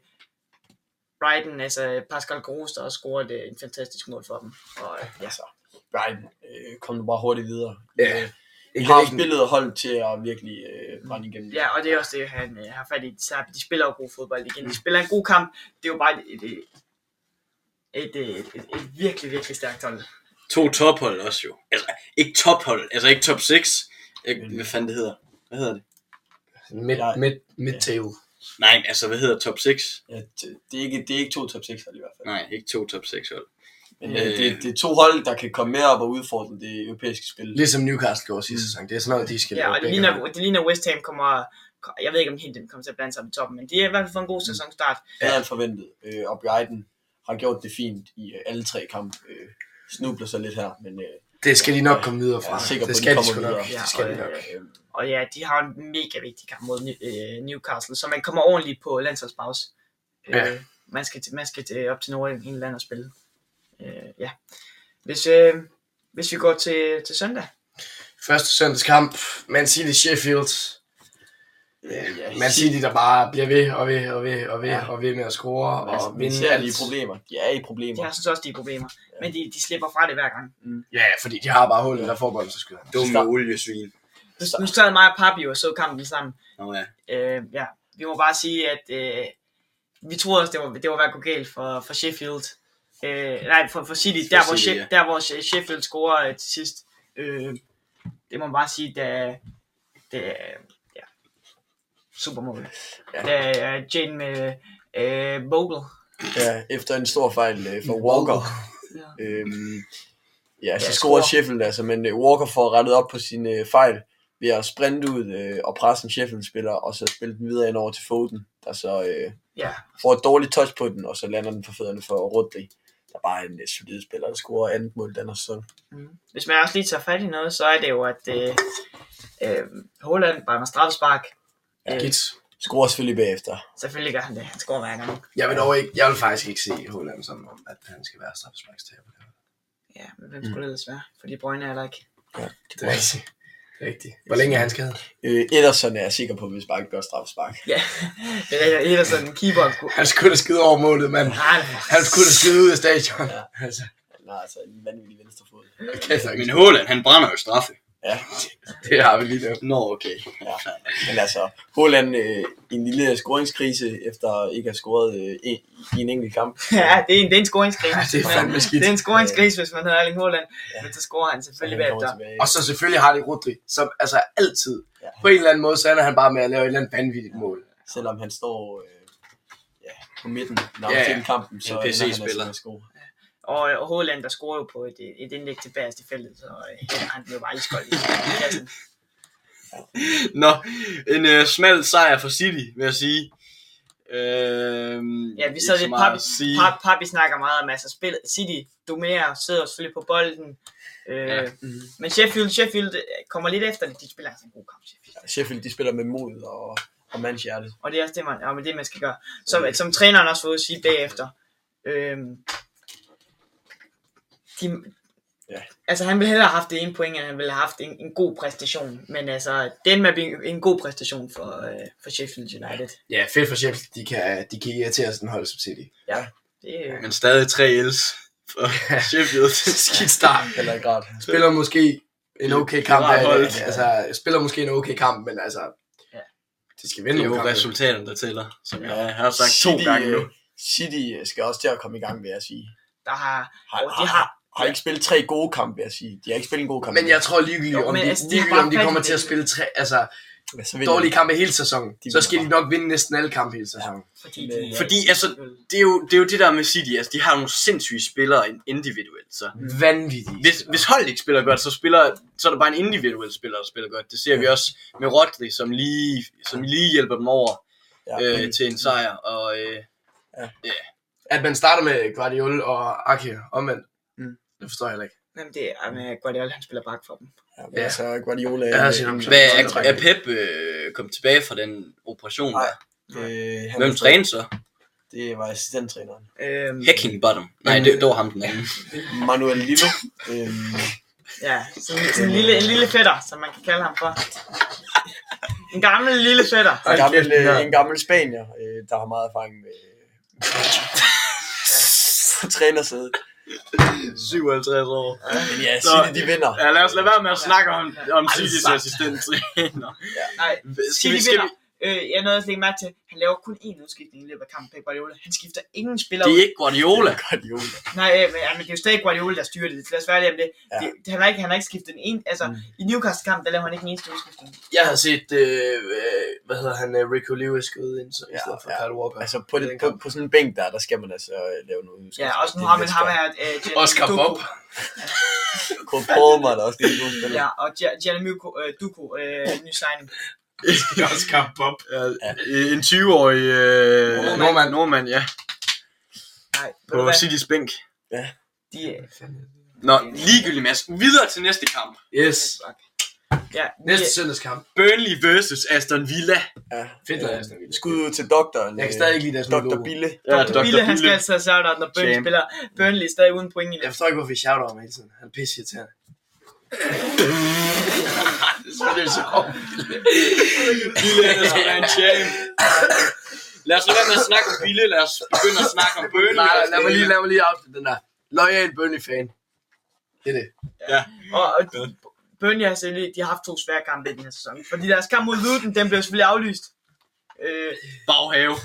Speaker 3: Brighton, altså Pascal Groß, der har scoret øh, en fantastisk mål for dem. Og, øh, ja.
Speaker 2: Altså, Brian, øh, kom nu bare hurtigt videre.
Speaker 4: Ja.
Speaker 2: Øh,
Speaker 4: Ikke,
Speaker 2: Jeg har
Speaker 4: ikke,
Speaker 2: spillet og holdt til at virkelig øh, brænde igennem.
Speaker 3: Mm. ja, og det er også det, han øh, har fat i. Serbi, de spiller jo god fodbold igen.
Speaker 4: Mm.
Speaker 3: De spiller en god kamp. Det er jo bare et, et, et, et, et, et virkelig, virkelig stærkt hold.
Speaker 1: To tophold også jo. Altså, ikke tophold. Altså, ikke top 6. Ikke, hvad fanden det hedder? Hvad hedder det?
Speaker 4: midt, midt, midt table.
Speaker 1: Nej, men altså, hvad hedder top 6?
Speaker 2: Ja, det, det, er ikke, det er ikke to top 6 hold i hvert fald.
Speaker 1: Nej, ikke to top 6 hold.
Speaker 2: Men
Speaker 1: Øh.
Speaker 2: øh, det, det er to hold, der kan komme med op og udfordre det europæiske spil.
Speaker 4: Ligesom Newcastle gjorde sidste sæson. Det er sådan noget, de skal
Speaker 3: Ja,
Speaker 4: lave
Speaker 3: og det
Speaker 4: begge
Speaker 3: ligner,
Speaker 4: gange.
Speaker 3: det ligner West Ham kommer... Jeg ved ikke, om helt dem kommer til at blande sig på toppen, men de er i hvert fald for en
Speaker 4: Mm.
Speaker 3: god sæsonstart.
Speaker 2: Bedre end forventet. Øh, og Brighton har gjort det fint i øh, alle tre kampe. Øh, snubler så lidt her, men øh,
Speaker 4: Det skal de nok komme videre fra.
Speaker 2: jeg er sikker på,
Speaker 4: det
Speaker 2: at
Speaker 4: skal
Speaker 2: de
Speaker 4: de
Speaker 2: kommer
Speaker 4: sgu nok.
Speaker 2: videre.
Speaker 3: Ja,
Speaker 4: Det skal de
Speaker 3: og,
Speaker 4: nok.
Speaker 2: Øh,
Speaker 3: Og ja, de har en mega vigtig kamp mod Ny- øh, Newcastle, så man kommer ordentligt på landsholdspause. Øh,
Speaker 4: Ja.
Speaker 3: Man skal, til- man skal til- op til Nordjylland og spille. Øh, ja. Hvis, øh, hvis vi går til, til søndag.
Speaker 4: Første søndagskamp, Man City Sheffield.
Speaker 2: ja,
Speaker 4: Man City, der bare bliver ved og ved og ved og ved
Speaker 2: Ja.
Speaker 4: og ved med at score
Speaker 2: og altså,
Speaker 4: og
Speaker 2: vi
Speaker 4: vinde
Speaker 2: ser, de
Speaker 4: alt.
Speaker 2: er i problemer. De er i problemer.
Speaker 3: De har synes også, de er problemer, men de, de slipper fra det hver gang.
Speaker 4: Ja, fordi de har bare hullet, der får bolden, så skyder han.
Speaker 1: Dumme oliesvin.
Speaker 3: Nu sad mig og Papi og så kampen sammen.
Speaker 1: Nå ja.
Speaker 3: Øh, ja. Vi må bare sige, at øh, vi troede også, det var, det var ved at gå galt for, for Sheffield. Øh, nej, for, for City,
Speaker 1: For
Speaker 3: der, hvor,
Speaker 1: City,
Speaker 3: She, der hvor She- Sheffield scorer øh, til sidst. Øh, det må man bare sige, da, da ja, supermål.
Speaker 2: Ja.
Speaker 3: Ja. Da øh, Jane med øh, Vogel.
Speaker 2: Ja, efter en stor fejl øh, for Walker.
Speaker 3: Ja.
Speaker 2: Øhm, ja, så
Speaker 3: Ja,
Speaker 2: scorer
Speaker 3: scorer.
Speaker 2: Sheffield altså, men øh, Walker får rettet op på sine øh, fejl ved at sprinte ud øh, og presse en Sheffield-spiller, og så spille den videre ind over til Foden, der så øh,
Speaker 3: ja.
Speaker 2: får et dårligt touch på den, og så lander den for fødderne for Rodri, der bare er en øh, solid spiller, der scorer andet mål den her sæson.
Speaker 3: Hvis man også lige tager fat i noget, så er det jo, at øh, øh, Holland brænder straffespark. Øh,
Speaker 4: Git.
Speaker 2: Scorer selvfølgelig bagefter.
Speaker 3: selvfølgelig gør han det. Han scorer hver gang.
Speaker 4: Jeg vil dog ikke, jeg vil faktisk ikke se Holland som om, at han skal være straffesparkstager på det. her.
Speaker 3: Ja, men hvem
Speaker 1: Mm.
Speaker 3: skulle det ellers være? Fordi Brøgne er heller ikke.
Speaker 4: Det er rigtigt. Det er rigtigt. Hvor længe er han skadet?
Speaker 2: Øh, Ederson er jeg sikker på, hvis bare ikke gør straffespark.
Speaker 3: Ja, eller, eller sådan en keeper.
Speaker 4: Han skulle da skide over målet, mand.
Speaker 3: Nej,
Speaker 4: Han skulle da skide ud af stadion. Altså,
Speaker 2: Han har altså en vanvittig venstre fod.
Speaker 4: kæft,
Speaker 1: Men Håland, han brænder jo straffe.
Speaker 2: Ja.
Speaker 4: Det har vi lige nu.
Speaker 1: Nå, okay. Ja.
Speaker 2: Men altså, Holland øh, i en lille scoringskrise, efter ikke at have scoret øh, i, i en enkelt kamp.
Speaker 3: ja, det er en, det er en scoringskrise.
Speaker 4: Ja, det er fandme
Speaker 3: Men-
Speaker 4: skidt.
Speaker 3: Det er en scoringskrise, hvis man hedder Erling Haaland.
Speaker 2: Ja.
Speaker 3: Men så scorer han selvfølgelig
Speaker 2: Øh, Han kommer
Speaker 3: bagefter.
Speaker 2: tilbage.
Speaker 4: Og så selvfølgelig har det Rodri, som altså altid,
Speaker 2: Ja.
Speaker 4: ja. på en eller anden måde, så ender han bare med at lave et eller andet vanvittigt mål.
Speaker 2: Selvom han står øh, ja, på midten
Speaker 4: Ja, ja.
Speaker 2: nærmest ja, kampen,
Speaker 1: En
Speaker 2: så ender han altså
Speaker 1: PC-spiller.
Speaker 2: med at score.
Speaker 3: Og, og Haaland, der scorer jo på et, et indlæg til bagerst i feltet, så øh, han blev bare iskold i kassen.
Speaker 1: Nå, en øh, smal sejr for City, vil jeg sige. Øh,
Speaker 3: Ja, vi sad lidt pap, pap, pap, vi snakker meget om, altså spil, City dominerer, sidder selvfølgelig på bolden. Øh,
Speaker 1: Ja.
Speaker 3: ja. Men Sheffield, Sheffield øh, kommer lidt efter det, de spiller altså en god kamp, Sheffield.
Speaker 2: Sheffield, de spiller med mod og, og mandshjerte.
Speaker 3: Og det er også det, man, ja, men det, man skal gøre. Som, som træneren også får at sige bagefter. Øhm, de,
Speaker 2: Ja.
Speaker 3: Altså, han ville hellere have haft det ene point, end han ville have haft en, en god præstation. Men altså, den med en, en god præstation for, øh, for Sheffield United.
Speaker 4: Ja, fedt for Sheffield, de kan, de kan irritere sådan en hold som City.
Speaker 3: Det, øh,
Speaker 1: Men stadig 3 L's for Sheffield.
Speaker 4: Skidt start.
Speaker 2: Heller ikke rart.
Speaker 4: Spiller måske en okay kamp,
Speaker 1: Pirat
Speaker 4: af,
Speaker 1: holdt.
Speaker 4: altså, spiller måske en okay kamp, men altså,
Speaker 3: Ja.
Speaker 4: de skal
Speaker 1: Det
Speaker 4: vinde
Speaker 1: er jo
Speaker 4: nogle kampe.
Speaker 1: resultaterne, der tæller, som jeg har sagt to gange nu.
Speaker 2: øh, City skal også til at komme i gang, vil jeg sige.
Speaker 3: der har...
Speaker 2: Har,
Speaker 3: Og de
Speaker 2: har,
Speaker 3: har-
Speaker 2: har, har ikke spillet tre gode kampe, vil jeg sige. De har ikke spillet en god kamp.
Speaker 4: Men jeg tror ligegyldigt,
Speaker 3: Jo,
Speaker 4: om,
Speaker 3: men
Speaker 4: de,
Speaker 3: altså, de har
Speaker 4: ligegyldigt,
Speaker 3: bare
Speaker 4: om de
Speaker 3: fat i
Speaker 4: kommer
Speaker 3: det.
Speaker 4: til at spille tre, altså,
Speaker 2: Ja, så vinder
Speaker 4: dårlige
Speaker 2: de.
Speaker 4: kampe hele sæsonen,
Speaker 2: De
Speaker 4: så
Speaker 2: vinder
Speaker 4: skal de
Speaker 2: bare.
Speaker 4: nok vinde næsten alle kampe hele sæsonen.
Speaker 3: Fordi,
Speaker 2: Men,
Speaker 3: de,
Speaker 2: øh,
Speaker 1: fordi, altså, Det er, jo, det er jo det der med City, altså de har nogle sindssyge spillere individuelt, så
Speaker 4: Mm. Vanvittigt.
Speaker 1: hvis, hvis holdet ikke spiller godt, så, spiller, så er der bare en individuel spiller, der spiller godt. Det ser vi også med Rodri, som lige, som lige hjælper dem over
Speaker 2: Ja.
Speaker 1: øh, til en sejr. Og, øh,
Speaker 4: At man starter med Guardiol og Ake omvendt,
Speaker 2: Mm.
Speaker 4: det forstår jeg heller ikke.
Speaker 3: Jamen, det er med Guardiola, han spiller bak for dem.
Speaker 2: Ja, men altså, Guardiola...
Speaker 4: Jeg har set ham
Speaker 1: hvad er,
Speaker 4: Sådan
Speaker 1: er Pep øh, kommet tilbage fra den operation?
Speaker 2: Nej,
Speaker 1: Nej,
Speaker 2: øh, han
Speaker 1: Hvem
Speaker 2: var-
Speaker 1: træner så?
Speaker 2: Det var assistenttræneren.
Speaker 3: Øhm,
Speaker 1: Hacking Bottom. Nej,
Speaker 4: øh,
Speaker 1: det, det var ham den anden.
Speaker 2: Manuel Lillo. øhm,
Speaker 3: Ja, sådan, sådan en, lille, en lille fætter, som man kan kalde ham for. En gammel lille fætter.
Speaker 2: en, gammel,
Speaker 4: kæft, ja.
Speaker 2: øh, en gammel spanier, øh, der har meget erfaring med... Øh, trænersædet.
Speaker 1: 57 år.
Speaker 2: Men ja,
Speaker 1: Så-
Speaker 2: City, de vinder.
Speaker 1: Ja, lad os lade være med at
Speaker 3: Ja.
Speaker 1: snakke om, om
Speaker 4: Altså.
Speaker 1: Citys assistenttræner.
Speaker 3: Nej,
Speaker 1: Skal
Speaker 3: City
Speaker 1: vi, skal
Speaker 3: vinder.
Speaker 1: vi,
Speaker 3: Øh, jeg nåede også lægge mærke til, han laver kun én udskiftning i løbet af kampen Pep Guardiola. Han skifter ingen spiller
Speaker 1: det
Speaker 3: ud.
Speaker 1: er ikke Guardiola.
Speaker 2: Guardiola.
Speaker 3: Nej, øh, men, ja, men det er jo stadig Guardiola, der styrer det. Lad os være ærlige om det.
Speaker 2: Ja.
Speaker 3: det det- han, har ikke, han har ikke skiftet en en... Altså,
Speaker 2: Mm.
Speaker 3: i Newcastle-kampen, der laver han ikke en eneste udskiftning.
Speaker 4: Jeg har set, øh, øh, hvad hedder han, øh, Rico Lewis gå ud ind, så, i
Speaker 2: Ja,
Speaker 4: stedet for
Speaker 2: ja.
Speaker 4: Kyle Walker.
Speaker 2: Altså på, det, på, på sådan en bænk der, der skal man altså øh, lave noget udskift.
Speaker 3: Ja, også nu har man ham her... Øh, Gianluigi
Speaker 4: Oscar
Speaker 3: Dukku.
Speaker 4: Bob.
Speaker 2: Kurt Palmer, der også lige en god spiller.
Speaker 3: Ja, og Gia- Gianluigi øh, Dukku, øh, ny signing.
Speaker 4: Oscar Bob.
Speaker 1: Ja. En 20-årig øh,
Speaker 3: Nordmand.
Speaker 1: nordmand. nordmand, ja.
Speaker 3: Nej, ved du
Speaker 1: På
Speaker 3: hvad?
Speaker 1: Citys bænk.
Speaker 3: De, øh,
Speaker 1: Nå, ligegyldig Mads. Videre til næste kamp.
Speaker 4: Yes.
Speaker 3: ja,
Speaker 4: Næste
Speaker 3: de-
Speaker 4: søndagskamp.
Speaker 1: Burnley versus Aston Villa.
Speaker 2: Ja.
Speaker 4: Fedt,
Speaker 2: Øh,
Speaker 4: øh,
Speaker 2: Skud ud til doktoren.
Speaker 4: Jeg kan stadig ikke lide deres nye
Speaker 2: Dr.
Speaker 4: logo.
Speaker 2: Bille.
Speaker 1: Ja,
Speaker 3: Dr. Bille, han skal altså have shout-out, når Burnley
Speaker 1: Champ.
Speaker 3: spiller. Burnley er stadig uden point i
Speaker 4: Jeg
Speaker 3: det.
Speaker 4: forstår ikke, hvorfor I shouter om hele tiden. Han er pisse irriterende. det er det så om.
Speaker 1: Bille er sgu da en champ. Lad os lade være med at snakke om Bille. Lad os begynde at snakke om Burnley.
Speaker 4: Nej, lad mig lige, lad mig lige afslutte den der. Loyal Burnley-fan. Det er det.
Speaker 3: Og, og Burnley har selvfølgelig, E, de har haft to svære kampe i den her sæson. Fordi deres kamp mod Luton, den blev selvfølgelig aflyst. Øh,
Speaker 1: Baghave.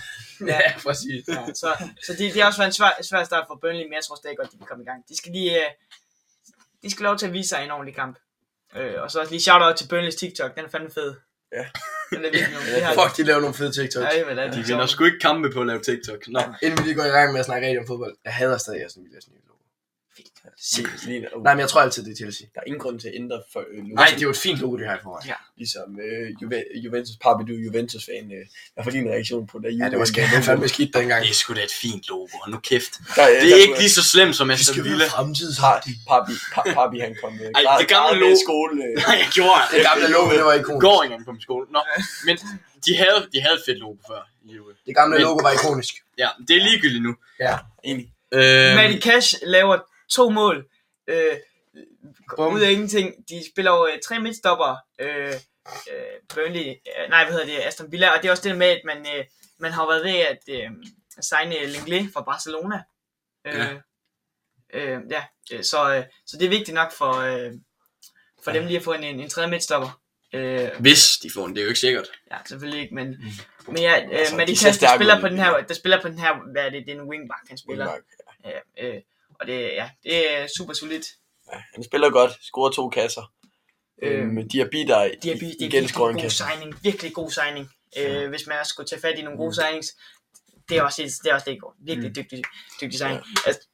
Speaker 3: Ja.
Speaker 4: præcis.
Speaker 3: ja, så så det, det har også været en svær, svær start for Burnley, men jeg tror stadig godt, de kan komme i gang. De skal lige, øh, de skal lov til at vise sig i en ordentlig kamp. Øh, og så også lige shout-out til Burnleys TikTok, den er fandme fed.
Speaker 2: Ja.
Speaker 3: Den er virkelig nogen. De
Speaker 4: Fuck,
Speaker 3: har,
Speaker 4: de laver nogle fede TikToks.
Speaker 3: ja, men, er
Speaker 1: De vinder sgu ikke kampe på at lave TikTok. Nå.
Speaker 4: Inden vi lige går i gang med at snakke rigtig om fodbold. Jeg hader stadig Aston Villa's nye logo.
Speaker 2: Lige,
Speaker 4: Nej, men jeg tror altid, det er Chelsea.
Speaker 2: Der er ingen grund til at ændre for øh, Luton,
Speaker 4: Nej, det er jo et fint logo, det her i forvejen.
Speaker 2: ligesom øh, Juve- Juventus. Papi, du er Juventus-fan. Øh, hvad var din reaktion på det?
Speaker 4: Ja, det var skidt. Han fandme skidt dengang.
Speaker 1: Det er sgu da et fint logo. Hold nu kæft.
Speaker 2: Der, øh,
Speaker 1: Det er
Speaker 2: der
Speaker 1: ikke
Speaker 2: kunne-
Speaker 1: lige så slemt som Aston Villa.
Speaker 4: fremtidshardige.
Speaker 2: Papi, pa- Papi, han kom med.
Speaker 1: Ej, det gamle
Speaker 2: med
Speaker 1: logo.
Speaker 2: skole. Øh,
Speaker 1: Nej, jeg gjorde det.
Speaker 4: Det gamle logo, det var ikonisk.
Speaker 1: Går ikke engang på min skole. Nå. Men de havde, de havde et fedt logo før. i øvrigt.
Speaker 4: Det gamle
Speaker 1: Men-
Speaker 4: logo var ikonisk.
Speaker 1: Ja, det er ligegyldigt nu.
Speaker 2: egentlig.
Speaker 1: Øhm,
Speaker 3: Matty Cash laver to mål. Øh,
Speaker 4: Bum.
Speaker 3: ud af ingenting. De spiller jo øh, tre midtstopper. Øh, øh, Burnley, øh, nej, hvad hedder det, Aston Villa. Og det er også det med, at man, øh, man har været ved at øh, signe Lenglet fra Barcelona. Øh, ja. Øh, ja. øh, Så, øh, så det er vigtigt nok for, øh, for dem lige at få en, en, en tredje midtstopper. Øh,
Speaker 1: Hvis de får den, det er jo ikke sikkert.
Speaker 3: ja, selvfølgelig ikke, men, men ja, øh, Matti
Speaker 2: Mm. Altså, de ser
Speaker 3: Kast, der
Speaker 2: stærke
Speaker 3: spiller
Speaker 2: ud.
Speaker 3: på den her, der spiller på den her, hvad er det, det er en wingback, han spiller.
Speaker 2: Wingback,
Speaker 3: Ja, øh, og det, ja, det er super solidt.
Speaker 2: Ja, han spiller godt, scorer to kasser.
Speaker 3: Øh,
Speaker 2: Øhm, men de har bidt dig
Speaker 3: De er, by- det er
Speaker 2: igen
Speaker 3: virkelig
Speaker 2: scorer en
Speaker 3: god
Speaker 2: kasse.
Speaker 3: signing, virkelig god signing. Øh, hvis man også skulle tage fat i nogle gode signings, det er også, det er også det går. Virkelig dygtig, dygtig signing. Ast-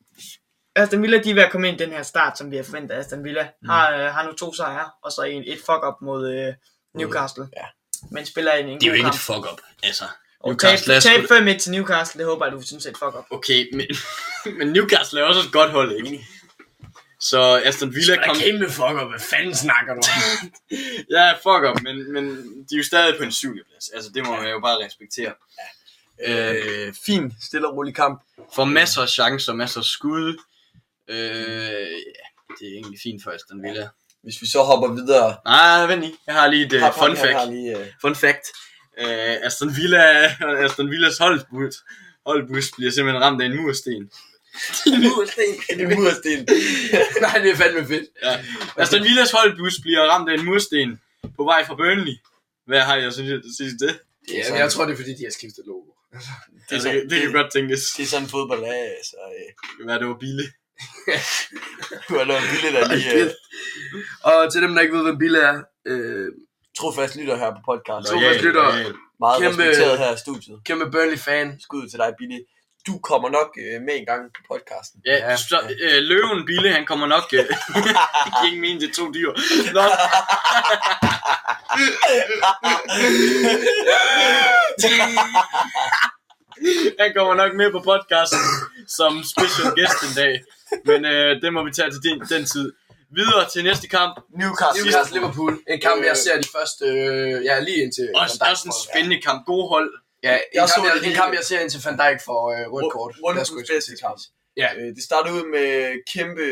Speaker 3: Aston Villa, de er ved at komme ind i den her start, som vi har forventet. Aston Villa har, øh, har nu to sejre, og så en, et fuck-up mod øh, Newcastle.
Speaker 2: Ja.
Speaker 3: Men spiller en, en
Speaker 1: Det er jo
Speaker 3: god
Speaker 1: ikke
Speaker 3: kamp.
Speaker 1: et fuck-up, altså.
Speaker 3: Og
Speaker 1: Newcastle er
Speaker 3: tab, tab
Speaker 1: sgu
Speaker 3: 5 til Newcastle, det håber jeg, du synes er et fuck-up.
Speaker 1: Okay, men, men Newcastle er også et godt hold, ikke? Så Aston Villa
Speaker 4: Der
Speaker 1: kom...
Speaker 4: er kæmpe fucker, hvad fanden snakker du om?
Speaker 1: Ja, fuck up, men, men de er jo stadig på en syvende plads. Altså, det må man jo bare respektere.
Speaker 2: Øh, fin, stille og rolig kamp.
Speaker 1: Får masser af chancer, masser af skud. Øh, ja, det er egentlig fint for Aston Villa.
Speaker 2: Hvis vi så hopper videre.
Speaker 1: Nej, vent lige. Jeg har lige et uh,
Speaker 2: Hop,
Speaker 1: fun
Speaker 2: hop,
Speaker 1: fact.
Speaker 2: Jeg har lige, øh,
Speaker 1: Fun fact. Uh, Aston Villa og Aston Villas holdbus, holdbus bliver simpelthen ramt af en mursten.
Speaker 2: mursten. en mursten.
Speaker 4: Nej, det er fandme fedt.
Speaker 1: Ja. Aston Villas holdbus bliver ramt af en mursten på vej fra Burnley. Hvad har jeg synes, at sige til det?
Speaker 4: Ja, men
Speaker 2: sådan.
Speaker 4: jeg tror, det er fordi, de har skiftet logo.
Speaker 1: Det, altså, det, det kan godt tænkes,
Speaker 2: Det er sådan fodbold er, altså. Øh,
Speaker 1: hvad det var Bille.
Speaker 2: du har lavet en lille, der lige øh,
Speaker 4: Og til dem, der ikke ved, hvem Bille er, øh,
Speaker 2: trofast lytter her på podcast.
Speaker 4: Nå, ja. vores lyttere.
Speaker 1: loyal.
Speaker 2: Meget
Speaker 4: Kæmpe-
Speaker 2: respekteret her i studiet.
Speaker 4: kæmpe Burnley-fan.
Speaker 2: Skud til dig, Billy. Du kommer nok øh, med en gang på podcasten.
Speaker 1: Ja,
Speaker 4: Ja.
Speaker 1: så, øh, løven Bille, han kommer nok... Øh, det giver ingen mening, det er to dyr. Nå, han kommer nok med på podcasten som special guest en dag. Men øh, det må vi tage til den, den tid. Videre til næste kamp.
Speaker 2: Newcastle.
Speaker 4: Newcastle Liverpool. En kamp, jeg ser de første... Øh, ja, lige indtil...
Speaker 1: Også,
Speaker 4: Van Dijk
Speaker 1: også en
Speaker 4: får-
Speaker 1: spændende kamp. God hold.
Speaker 4: Ja, en,
Speaker 2: Jeg
Speaker 4: jeg
Speaker 2: så
Speaker 4: kamp,
Speaker 2: det
Speaker 4: jeg, en
Speaker 2: lige-
Speaker 4: kamp, jeg ser indtil Van Dijk får øh, rødt kort.
Speaker 2: Rundt
Speaker 4: Der skulle
Speaker 2: bedste kamp.
Speaker 4: Ja.
Speaker 2: Øh, det starter ud med kæmpe...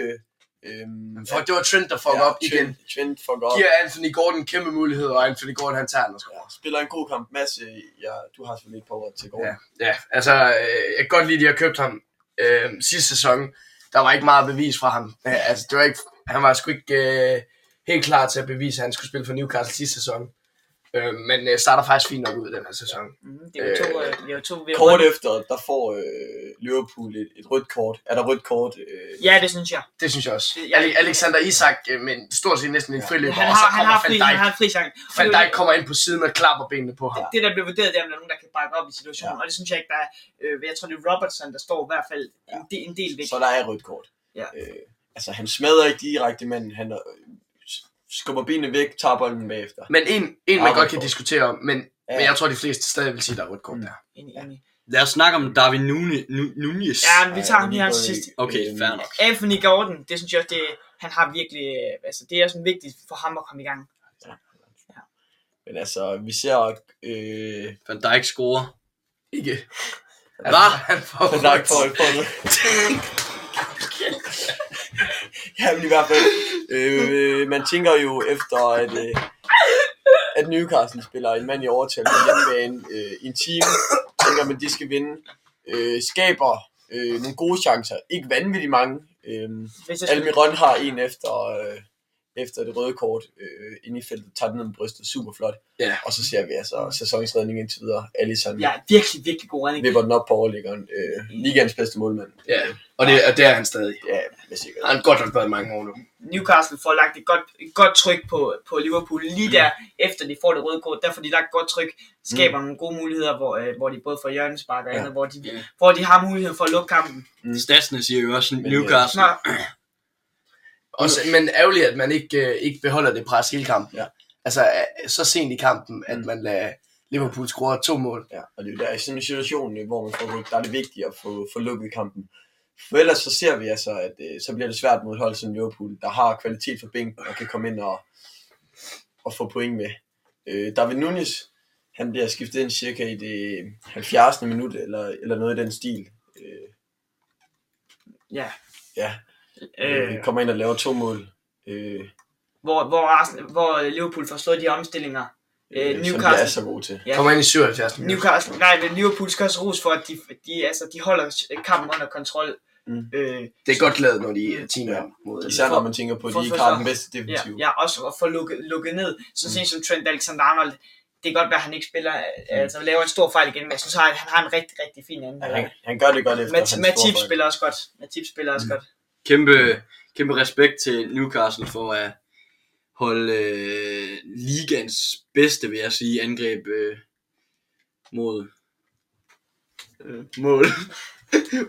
Speaker 2: Øhm,
Speaker 4: For det var Trent, der fucker op igen.
Speaker 2: Trent, Trent fuck op.
Speaker 4: Giver Anthony Gordon kæmpe mulighed, og Anthony Gordon, han tager den og
Speaker 2: Ja,
Speaker 4: scorer.
Speaker 2: spiller en god kamp. Mads, øh, ja, du har selvfølgelig et par ord til går.
Speaker 4: Ja, ja, altså, øh, jeg kan godt lide, at de har købt ham øh, sidste sæson. Der var ikke meget bevis fra ham. Ja, altså, det var ikke, han var sgu ikke øh, helt klar til at bevise, at han skulle spille for Newcastle sidste sæson. Øh, men øh, starter faktisk fint nok ud i den her sæson.
Speaker 3: Mm, det er jo to, øh, det er jo to vi har
Speaker 2: Kort
Speaker 3: rundet.
Speaker 2: efter, der får øh, Liverpool et, et rødt kort. Er der rødt kort? Øh,
Speaker 3: Ja, det synes jeg.
Speaker 4: Det synes jeg også.
Speaker 3: Det- jeg-
Speaker 4: Ale- Alexander Isak, øh, men stort set næsten en friløber,
Speaker 3: Han
Speaker 4: og så
Speaker 3: har, han
Speaker 4: kommer
Speaker 3: har,
Speaker 4: Van
Speaker 3: fri, han
Speaker 4: Dijk.
Speaker 3: har en fri sang. Og
Speaker 4: Van
Speaker 3: det er jo-
Speaker 4: Dijk kommer ind på siden og klapper benene på ham.
Speaker 3: det der bliver vurderet, det er, om der er nogen, der kan bakke op i situationen, ja. og det synes jeg ikke, der er, øh, jeg tror, det er Robertson, der står i hvert fald en, del, en del væk.
Speaker 2: så der er rødt kort.
Speaker 3: Ja.
Speaker 2: Øh, altså, han smadrer ikke direkte, men han øh, skubber benene væk, tager bolden bagefter.
Speaker 4: Men en, en
Speaker 2: Ja,
Speaker 4: man godt
Speaker 2: rødt
Speaker 4: kan
Speaker 2: kort.
Speaker 4: diskutere om, men,
Speaker 2: Ja.
Speaker 4: men jeg tror, de fleste stadig vil sige, der er rødt kort der.
Speaker 3: Enig, enig.
Speaker 1: Lad os snakke om Darwin Nune, Nu- Nunez.
Speaker 3: Ja, men vi tager ham
Speaker 2: lige
Speaker 3: her
Speaker 2: gået
Speaker 3: til
Speaker 2: i-
Speaker 3: sidst.
Speaker 1: Okay,
Speaker 2: øh,
Speaker 1: fair nok.
Speaker 3: Anthony Gordon, det synes jeg også, det, han har virkelig, øh, altså det er sådan vigtigt for ham at komme i gang.
Speaker 2: Men altså, vi ser... Øh,
Speaker 1: Van Dijk scorer.
Speaker 4: Ikke.
Speaker 1: Hva?
Speaker 4: Han får
Speaker 2: Van Dijk
Speaker 4: rødt.
Speaker 2: får et point. Jamen i hvert fald, øh, man tænker jo efter, at, øh, at Newcastle spiller en mand i overtal på hjemmebane øh, i en time, tænker man, de skal vinde, øh, skaber øh, nogle gode chancer, ikke vanvittigt mange. Øh,
Speaker 3: Hvis jeg skulle,
Speaker 2: Almiron har en efter, øh, efter det røde kort øh, inde i feltet, tager den ned med brystet, super flot.
Speaker 4: Ja.
Speaker 2: Og så ser vi altså sæsonsredning indtil videre, Alisson
Speaker 3: ja, virkelig, virkelig god redning.
Speaker 2: vipper den op på overliggeren. Øh, ligens bedste målmand.
Speaker 4: Ja, og det, og det er han stadig.
Speaker 2: Ja, med sikkerhed.
Speaker 4: Han har godt nok været i mange år nu.
Speaker 3: Newcastle får lagt et godt, et godt tryk på, på Liverpool
Speaker 2: Mm.
Speaker 3: lige der, efter de får det røde kort. Der får de lagt et godt tryk, skaber mm. nogle gode muligheder, hvor, øh, hvor de både får hjørnespark og
Speaker 2: Ja.
Speaker 3: andet, hvor, de,
Speaker 1: Ja.
Speaker 3: hvor de har mulighed for at lukke kampen.
Speaker 1: Statsene siger jo også
Speaker 2: øh,
Speaker 1: Newcastle.
Speaker 3: Nå,
Speaker 4: Også, men ærgerligt, at man ikke, øh, ikke beholder det pres hele kampen.
Speaker 2: Ja.
Speaker 4: Altså, øh, så sent i kampen, at man lader Liverpool score to mål.
Speaker 2: Ja, og det er jo der i sådan en situation, øh, hvor man får rykket, der er det vigtigt at få, få lukket kampen. For ellers så ser vi altså, at øh, så bliver det svært mod et hold som Liverpool, der har kvalitet for bænken og kan komme ind og, og få point med. Øh, David Nunes, han bliver skiftet ind cirka i det 70. minut, eller, eller noget i den stil. Øh,
Speaker 3: ja.
Speaker 2: ja,
Speaker 3: Øh,
Speaker 2: øh, kommer ind og laver to mål. Øh,
Speaker 3: hvor, hvor, Arsenal, hvor øh, Liverpool får slået de omstillinger. Øh,
Speaker 2: øh, Som de er
Speaker 3: Newcastle,
Speaker 2: så gode til.
Speaker 3: Ja.
Speaker 4: Kommer ind i 77 minutter.
Speaker 3: Newcastle, nej, men Liverpool skal også ros for, at de, de, altså, de holder kampen under kontrol.
Speaker 2: Mm.
Speaker 3: Øh,
Speaker 4: Det er godt lavet, når de er 10 mand mod øh,
Speaker 2: Især når
Speaker 3: For-
Speaker 2: man tænker på, at
Speaker 3: for
Speaker 2: de ikke
Speaker 3: forsvar.
Speaker 2: har den bedste
Speaker 3: ja,
Speaker 2: defensiv.
Speaker 3: ja, også at få lukket, lukket ned. Så mm.
Speaker 2: Mm.
Speaker 3: sent som Trent Alexander-Arnold, det kan godt være, at han ikke spiller, mm. altså laver en stor fejl igen, men jeg synes, han, han har en rigtig, rigtig fin anden.
Speaker 2: Han, han gør det godt efter.
Speaker 3: Mat,
Speaker 2: hans
Speaker 3: Matip
Speaker 2: scorer.
Speaker 3: spiller også godt. Matip spiller også mm. godt.
Speaker 1: Kæmpe, kæmpe respekt til Newcastle for at holde øh, ligans bedste, vil jeg sige, angreb øh, mod øh, mål.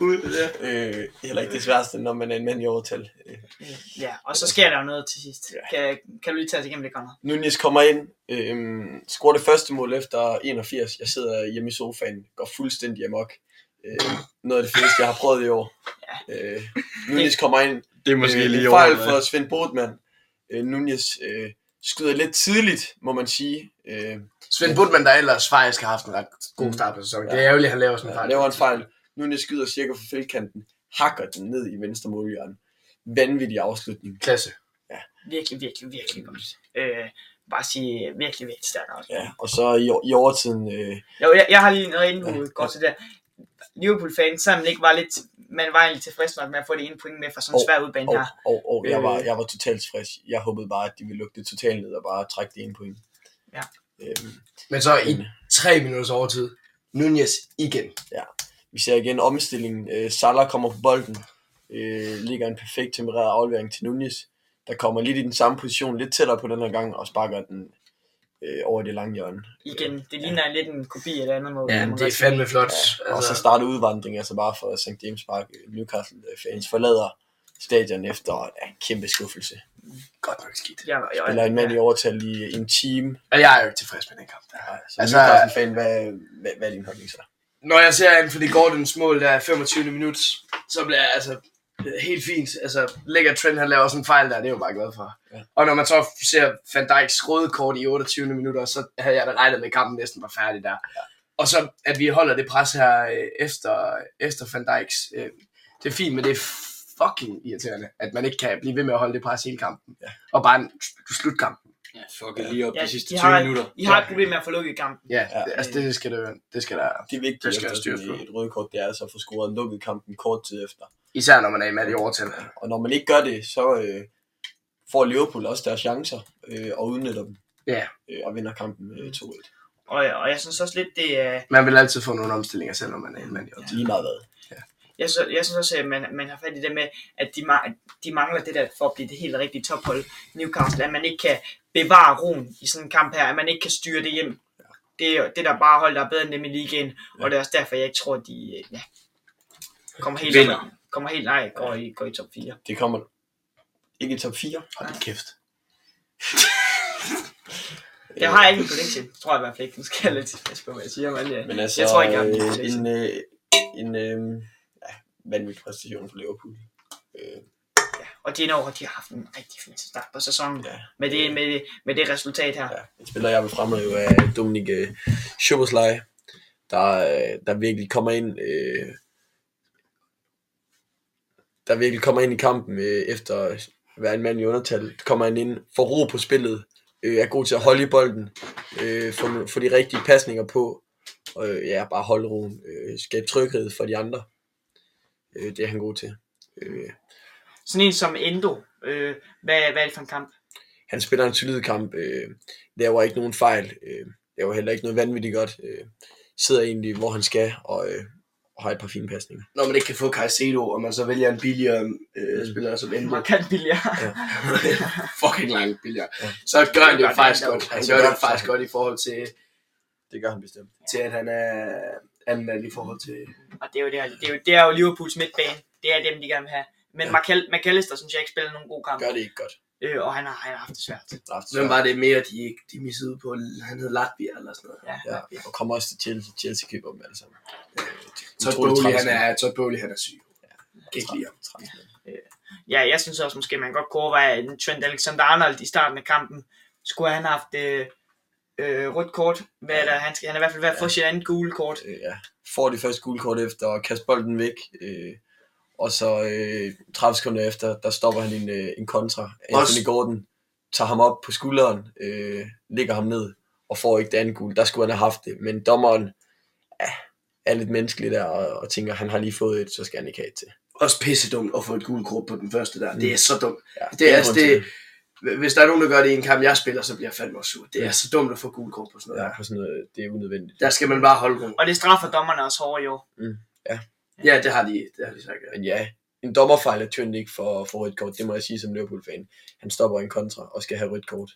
Speaker 1: Ud, ja.
Speaker 2: Øh, heller ikke det sværeste, når man er en mand i overtal. Øh,
Speaker 3: Ja, og så sker der jo noget til sidst. Ja. Kan, kan du lige tage os igennem det, Conrad?
Speaker 2: Nunez kommer ind, øh, scorer det første mål efter 81. Jeg sidder hjemme i sofaen, går fuldstændig amok. Øh, noget af det fedeste, jeg har prøvet i år. Øh, Nunez kommer ind,
Speaker 1: Det er
Speaker 2: øh, en fejl fra Svend Botman. Øh, Nunez øh, skyder lidt tidligt, må man sige. Øh,
Speaker 4: Svend Bundmann, der ellers faktisk har haft en ret god start på sæsonen. Det er ærgerligt, at han laver sådan en
Speaker 2: han
Speaker 4: fejl.
Speaker 2: laver en fejl. Nunez skyder cirka fra feltkanten, hakker den ned i venstre målhjørne. Vanvittig afslutning.
Speaker 4: Klasse.
Speaker 3: Virkelig, virkelig, virkelig godt. Øh, bare sige øh, virkelig, virkelig stærk out.
Speaker 2: Ja, og så i, i overtiden... Øh,
Speaker 3: Jo, jeg, jeg har lige noget inden du går til det her. Liverpool-fan, selvom ikke var lidt, man var egentlig tilfreds nok med at få det ene point med fra sådan en
Speaker 2: Og-
Speaker 3: svær udbane
Speaker 2: Og,
Speaker 3: her.
Speaker 2: og, og jeg, var,
Speaker 3: Øh.
Speaker 2: jeg var totalt tilfreds. Jeg håbede bare, at de ville lukke det totalt ned og bare trække det ene point.
Speaker 3: Ja.
Speaker 2: Øhm,
Speaker 4: Men så i 3 minutters overtid. Nunez igen.
Speaker 2: vi ser igen omstillingen. Øh, Salah kommer på bolden. Øh, ligger en perfekt tempereret aflevering til Nunez. Der kommer lidt i den samme position, lidt tættere på den her gang, og sparker den øh, over det lange hjørne.
Speaker 3: Igen, det ligner lidt en kopi af det andet mål.
Speaker 4: Ja,
Speaker 3: kan man
Speaker 4: det
Speaker 3: godt
Speaker 4: er
Speaker 3: sige.
Speaker 4: fandme flot.
Speaker 2: Altså... Og så starter udvandringen altså bare for St. James Park. øh, Newcastle fans forlader stadion efter ja, en kæmpe skuffelse.
Speaker 4: godt nok skidt.
Speaker 3: Ja, ja,
Speaker 2: Eller en mand i overtal i en time.
Speaker 4: Og jeg er jo ikke tilfreds med den kamp. Der.
Speaker 2: Så altså,
Speaker 4: Altså-
Speaker 2: Newcastle-fan, hvad, hvad, hvad er din holdning så?
Speaker 4: Når jeg ser Anthony Gordons mål, der er 25. minut, så bliver jeg altså helt fint. Altså, lækker Trent, han laver også en fejl der, det er jeg jo bare glad for.
Speaker 2: Ja.
Speaker 4: Ja. Og når man så ser Van Dijks røde kort i 28. minutter, så havde jeg da regnet med, at kampen næsten var færdig der. Ja. Og så, at vi holder det pres her øh, efter, efter Van Dijks, øh, det er fint, men det er fucking irriterende, at man ikke kan blive ved med at holde det pres hele kampen. Ja. Og bare en slutkampen.
Speaker 1: Ja, fuck it, lige op
Speaker 3: Ja,
Speaker 1: de sidste
Speaker 3: I
Speaker 1: 20
Speaker 3: har,
Speaker 1: minutter.
Speaker 3: I har et problem med at få lukket kampen.
Speaker 4: Ja,
Speaker 2: Ja.
Speaker 4: ja. Det, altså det skal, det, det skal der,
Speaker 2: det vigtige
Speaker 4: Det skal
Speaker 2: efter
Speaker 4: der styres
Speaker 2: sådan
Speaker 4: på.
Speaker 2: et rødt kort, det er altså at få scoret lukket kampen kort tid efter.
Speaker 4: især når man er i mand i overtal.
Speaker 2: Og når man ikke gør det, så øh, får Liverpool også deres chancer øh, og udnytter dem.
Speaker 4: Ja.
Speaker 2: Øh, og vinder kampen øh, 2-1.
Speaker 3: Og, og jeg synes også lidt, det er...
Speaker 4: Man vil altid få nogle omstillinger, selv når man er en mand i overtal.
Speaker 2: Lige meget hvad.
Speaker 3: Jeg synes, jeg synes også, at man, man har fat i det med, at de, ma- de mangler det der for at blive det helt rigtige tophold Newcastle. At man ikke kan bevare roen i sådan en kamp her. At man ikke kan styre det hjem. Det er jo- det er der bare hold, der er bedre end dem i ligaen. Og det er også derfor, jeg ikke tror, at de øh, ja, kommer helt
Speaker 1: Vinder.
Speaker 3: op, kommer helt nej, går i, går i top 4.
Speaker 2: Det kommer ikke i top 4.
Speaker 4: Hold da kæft.
Speaker 3: Jeg har ikke en prediction, tror jeg i hvert fald ikke. Nu skal jeg lidt passe på, hvad jeg siger. Men, øh,
Speaker 2: Men altså,
Speaker 3: jeg tror ikke, jeg har en
Speaker 2: øh,
Speaker 3: prediction.
Speaker 2: en, øh, en øh, ja, vanvittig præstation for Liverpool. Øh,
Speaker 3: Og de når, de har haft en rigtig fin start på sæsonen.
Speaker 2: Ja.
Speaker 3: Med, det, med, med det resultat her.
Speaker 2: ja. En spiller, jeg vil fremhæve, er Dominik øh, Szoboszlai, der, øh, der virkelig kommer ind... Øh, der virkelig kommer ind i kampen øh, efter at være en mand i undertal. Kommer han ind, får ro på spillet, øh, er god til at holde i bolden, øh, får, får de rigtige pasninger på, og øh, ja, bare holde roen, øh, skabe tryghed for de andre. Øh, det er han god til. Øh,
Speaker 3: Sådan en som Endo. Øh, hvad, hvad er det for en kamp?
Speaker 2: han spiller en solid kamp, øh, laver ikke nogen fejl, øh, laver heller ikke noget vanvittigt godt, øh, sidder egentlig, hvor han skal, og, øh, og har et par fine pasninger.
Speaker 4: Når man ikke kan få Caicedo, og man så vælger en billigere øh, spiller som Endo.
Speaker 3: Markant billigere.
Speaker 4: fucking langt billigere. Så gør han det jo faktisk godt. Han gør det jo faktisk godt i forhold til,
Speaker 2: Det gør han bestemt.
Speaker 4: til at han er anden mand i forhold til...
Speaker 3: Og det er jo det, her, det, er jo, det er jo Liverpools midtbane. Det er dem, de gerne vil have. Men ja. McAllister synes jeg ikke spiller nogen god kamp.
Speaker 2: Gør det ikke godt.
Speaker 3: Øh, og han har, han har haft det svært.
Speaker 4: Hvem var det mere, de ikke de missede på? Han hed Latvia eller sådan noget.
Speaker 2: Ja, og kommer også til Chelsea. Chelsea køber dem alle sammen.
Speaker 4: Todd
Speaker 2: Utrolig
Speaker 4: Bowley,
Speaker 2: træls
Speaker 4: han er, Todd Bowley, han er syg. Kan ikke lide ham.
Speaker 2: træls mand.
Speaker 3: Ja, jeg synes også måske, man godt kunne overveje en Trent Alexander-Arnold i starten af kampen. Skulle han have haft øh, øh, rødt kort? Hvad er der? Han, skal, han er i hvert fald ved at få sit andet gule kort.
Speaker 2: øh, ja, får det første gule kort efter og kaster bolden væk. Øh, og så øh, 30 sekunder efter, der stopper han en, øh, en kontra. Anthony Gordon tager ham op på skulderen, øh, ligger ham ned og får ikke det andet gule. Der skulle han have haft det, men dommeren ja, er lidt menneskelig der og, og tænker, han har lige fået et, så skal han ikke have et til.
Speaker 4: også pisse dumt at få et gult kort på den første der. Mm. Det er så dumt.
Speaker 2: Ja,
Speaker 4: Det er, altså,
Speaker 2: grund til
Speaker 4: det, hvis der er nogen, der gør det i en kamp, jeg spiller, så bliver jeg fandme også sur. Det er så dumt at få gult kort på sådan noget
Speaker 2: Ja,
Speaker 4: der.
Speaker 2: på sådan noget, det er unødvendigt.
Speaker 4: Der skal man bare holde ro.
Speaker 3: Og det straffer dommerne også hårdere i år.
Speaker 4: Ja, det har de, det har de sagt. Ja.
Speaker 2: Men ja, en dommerfejl er tyndt ikke for, for rødt kort. Det må jeg sige som Liverpool-fan. Han stopper en kontra og skal have rødt kort.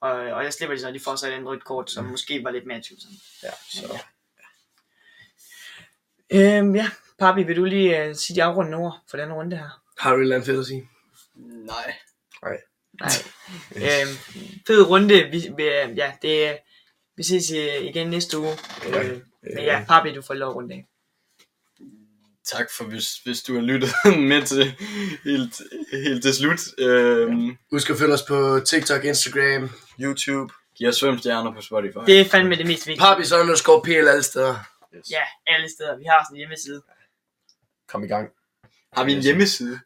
Speaker 3: Og, og jeg slipper det, når de får sig en rødt kort, som måske var lidt mere tvivlsomt.
Speaker 2: Ja, så.
Speaker 3: Ja. Øhm, ja, Papi, vil du lige uh, sige de afrundende ord for den runde her?
Speaker 4: Har du et eller andet fedt at sige?
Speaker 1: Nej.
Speaker 3: Nej. øhm, fed runde. Vi, vi, øh, ja, det, øh, vi ses øh, igen næste uge.
Speaker 2: Ja.
Speaker 3: Øh, men ja, Papi, du får lov at runde af.
Speaker 1: Tak for, hvis, hvis du har lyttet med til helt, helt til slut. Øhm,
Speaker 4: Husk at følge os på TikTok, Instagram,
Speaker 2: YouTube.
Speaker 1: giv os fem stjerner på Spotify.
Speaker 3: Det er fandme det mest vigtige.
Speaker 4: Papis underscore PL alle steder.
Speaker 2: Yes.
Speaker 3: Ja, alle steder. Vi har sådan en hjemmeside.
Speaker 2: Kom i gang.
Speaker 1: Har vi en hjemmeside?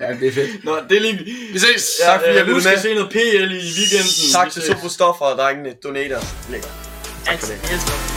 Speaker 4: Ja, det er fedt.
Speaker 1: Nå, det er lige...
Speaker 4: Vi ses!
Speaker 1: Ja, tak fordi jeg
Speaker 4: lyttede
Speaker 1: lyttede med. se noget PL i weekenden.
Speaker 2: Tak
Speaker 1: Vi
Speaker 2: til
Speaker 1: ses.
Speaker 2: Superstoffer og drengene. Donater. Lækker.
Speaker 3: Altid. Jeg elsker.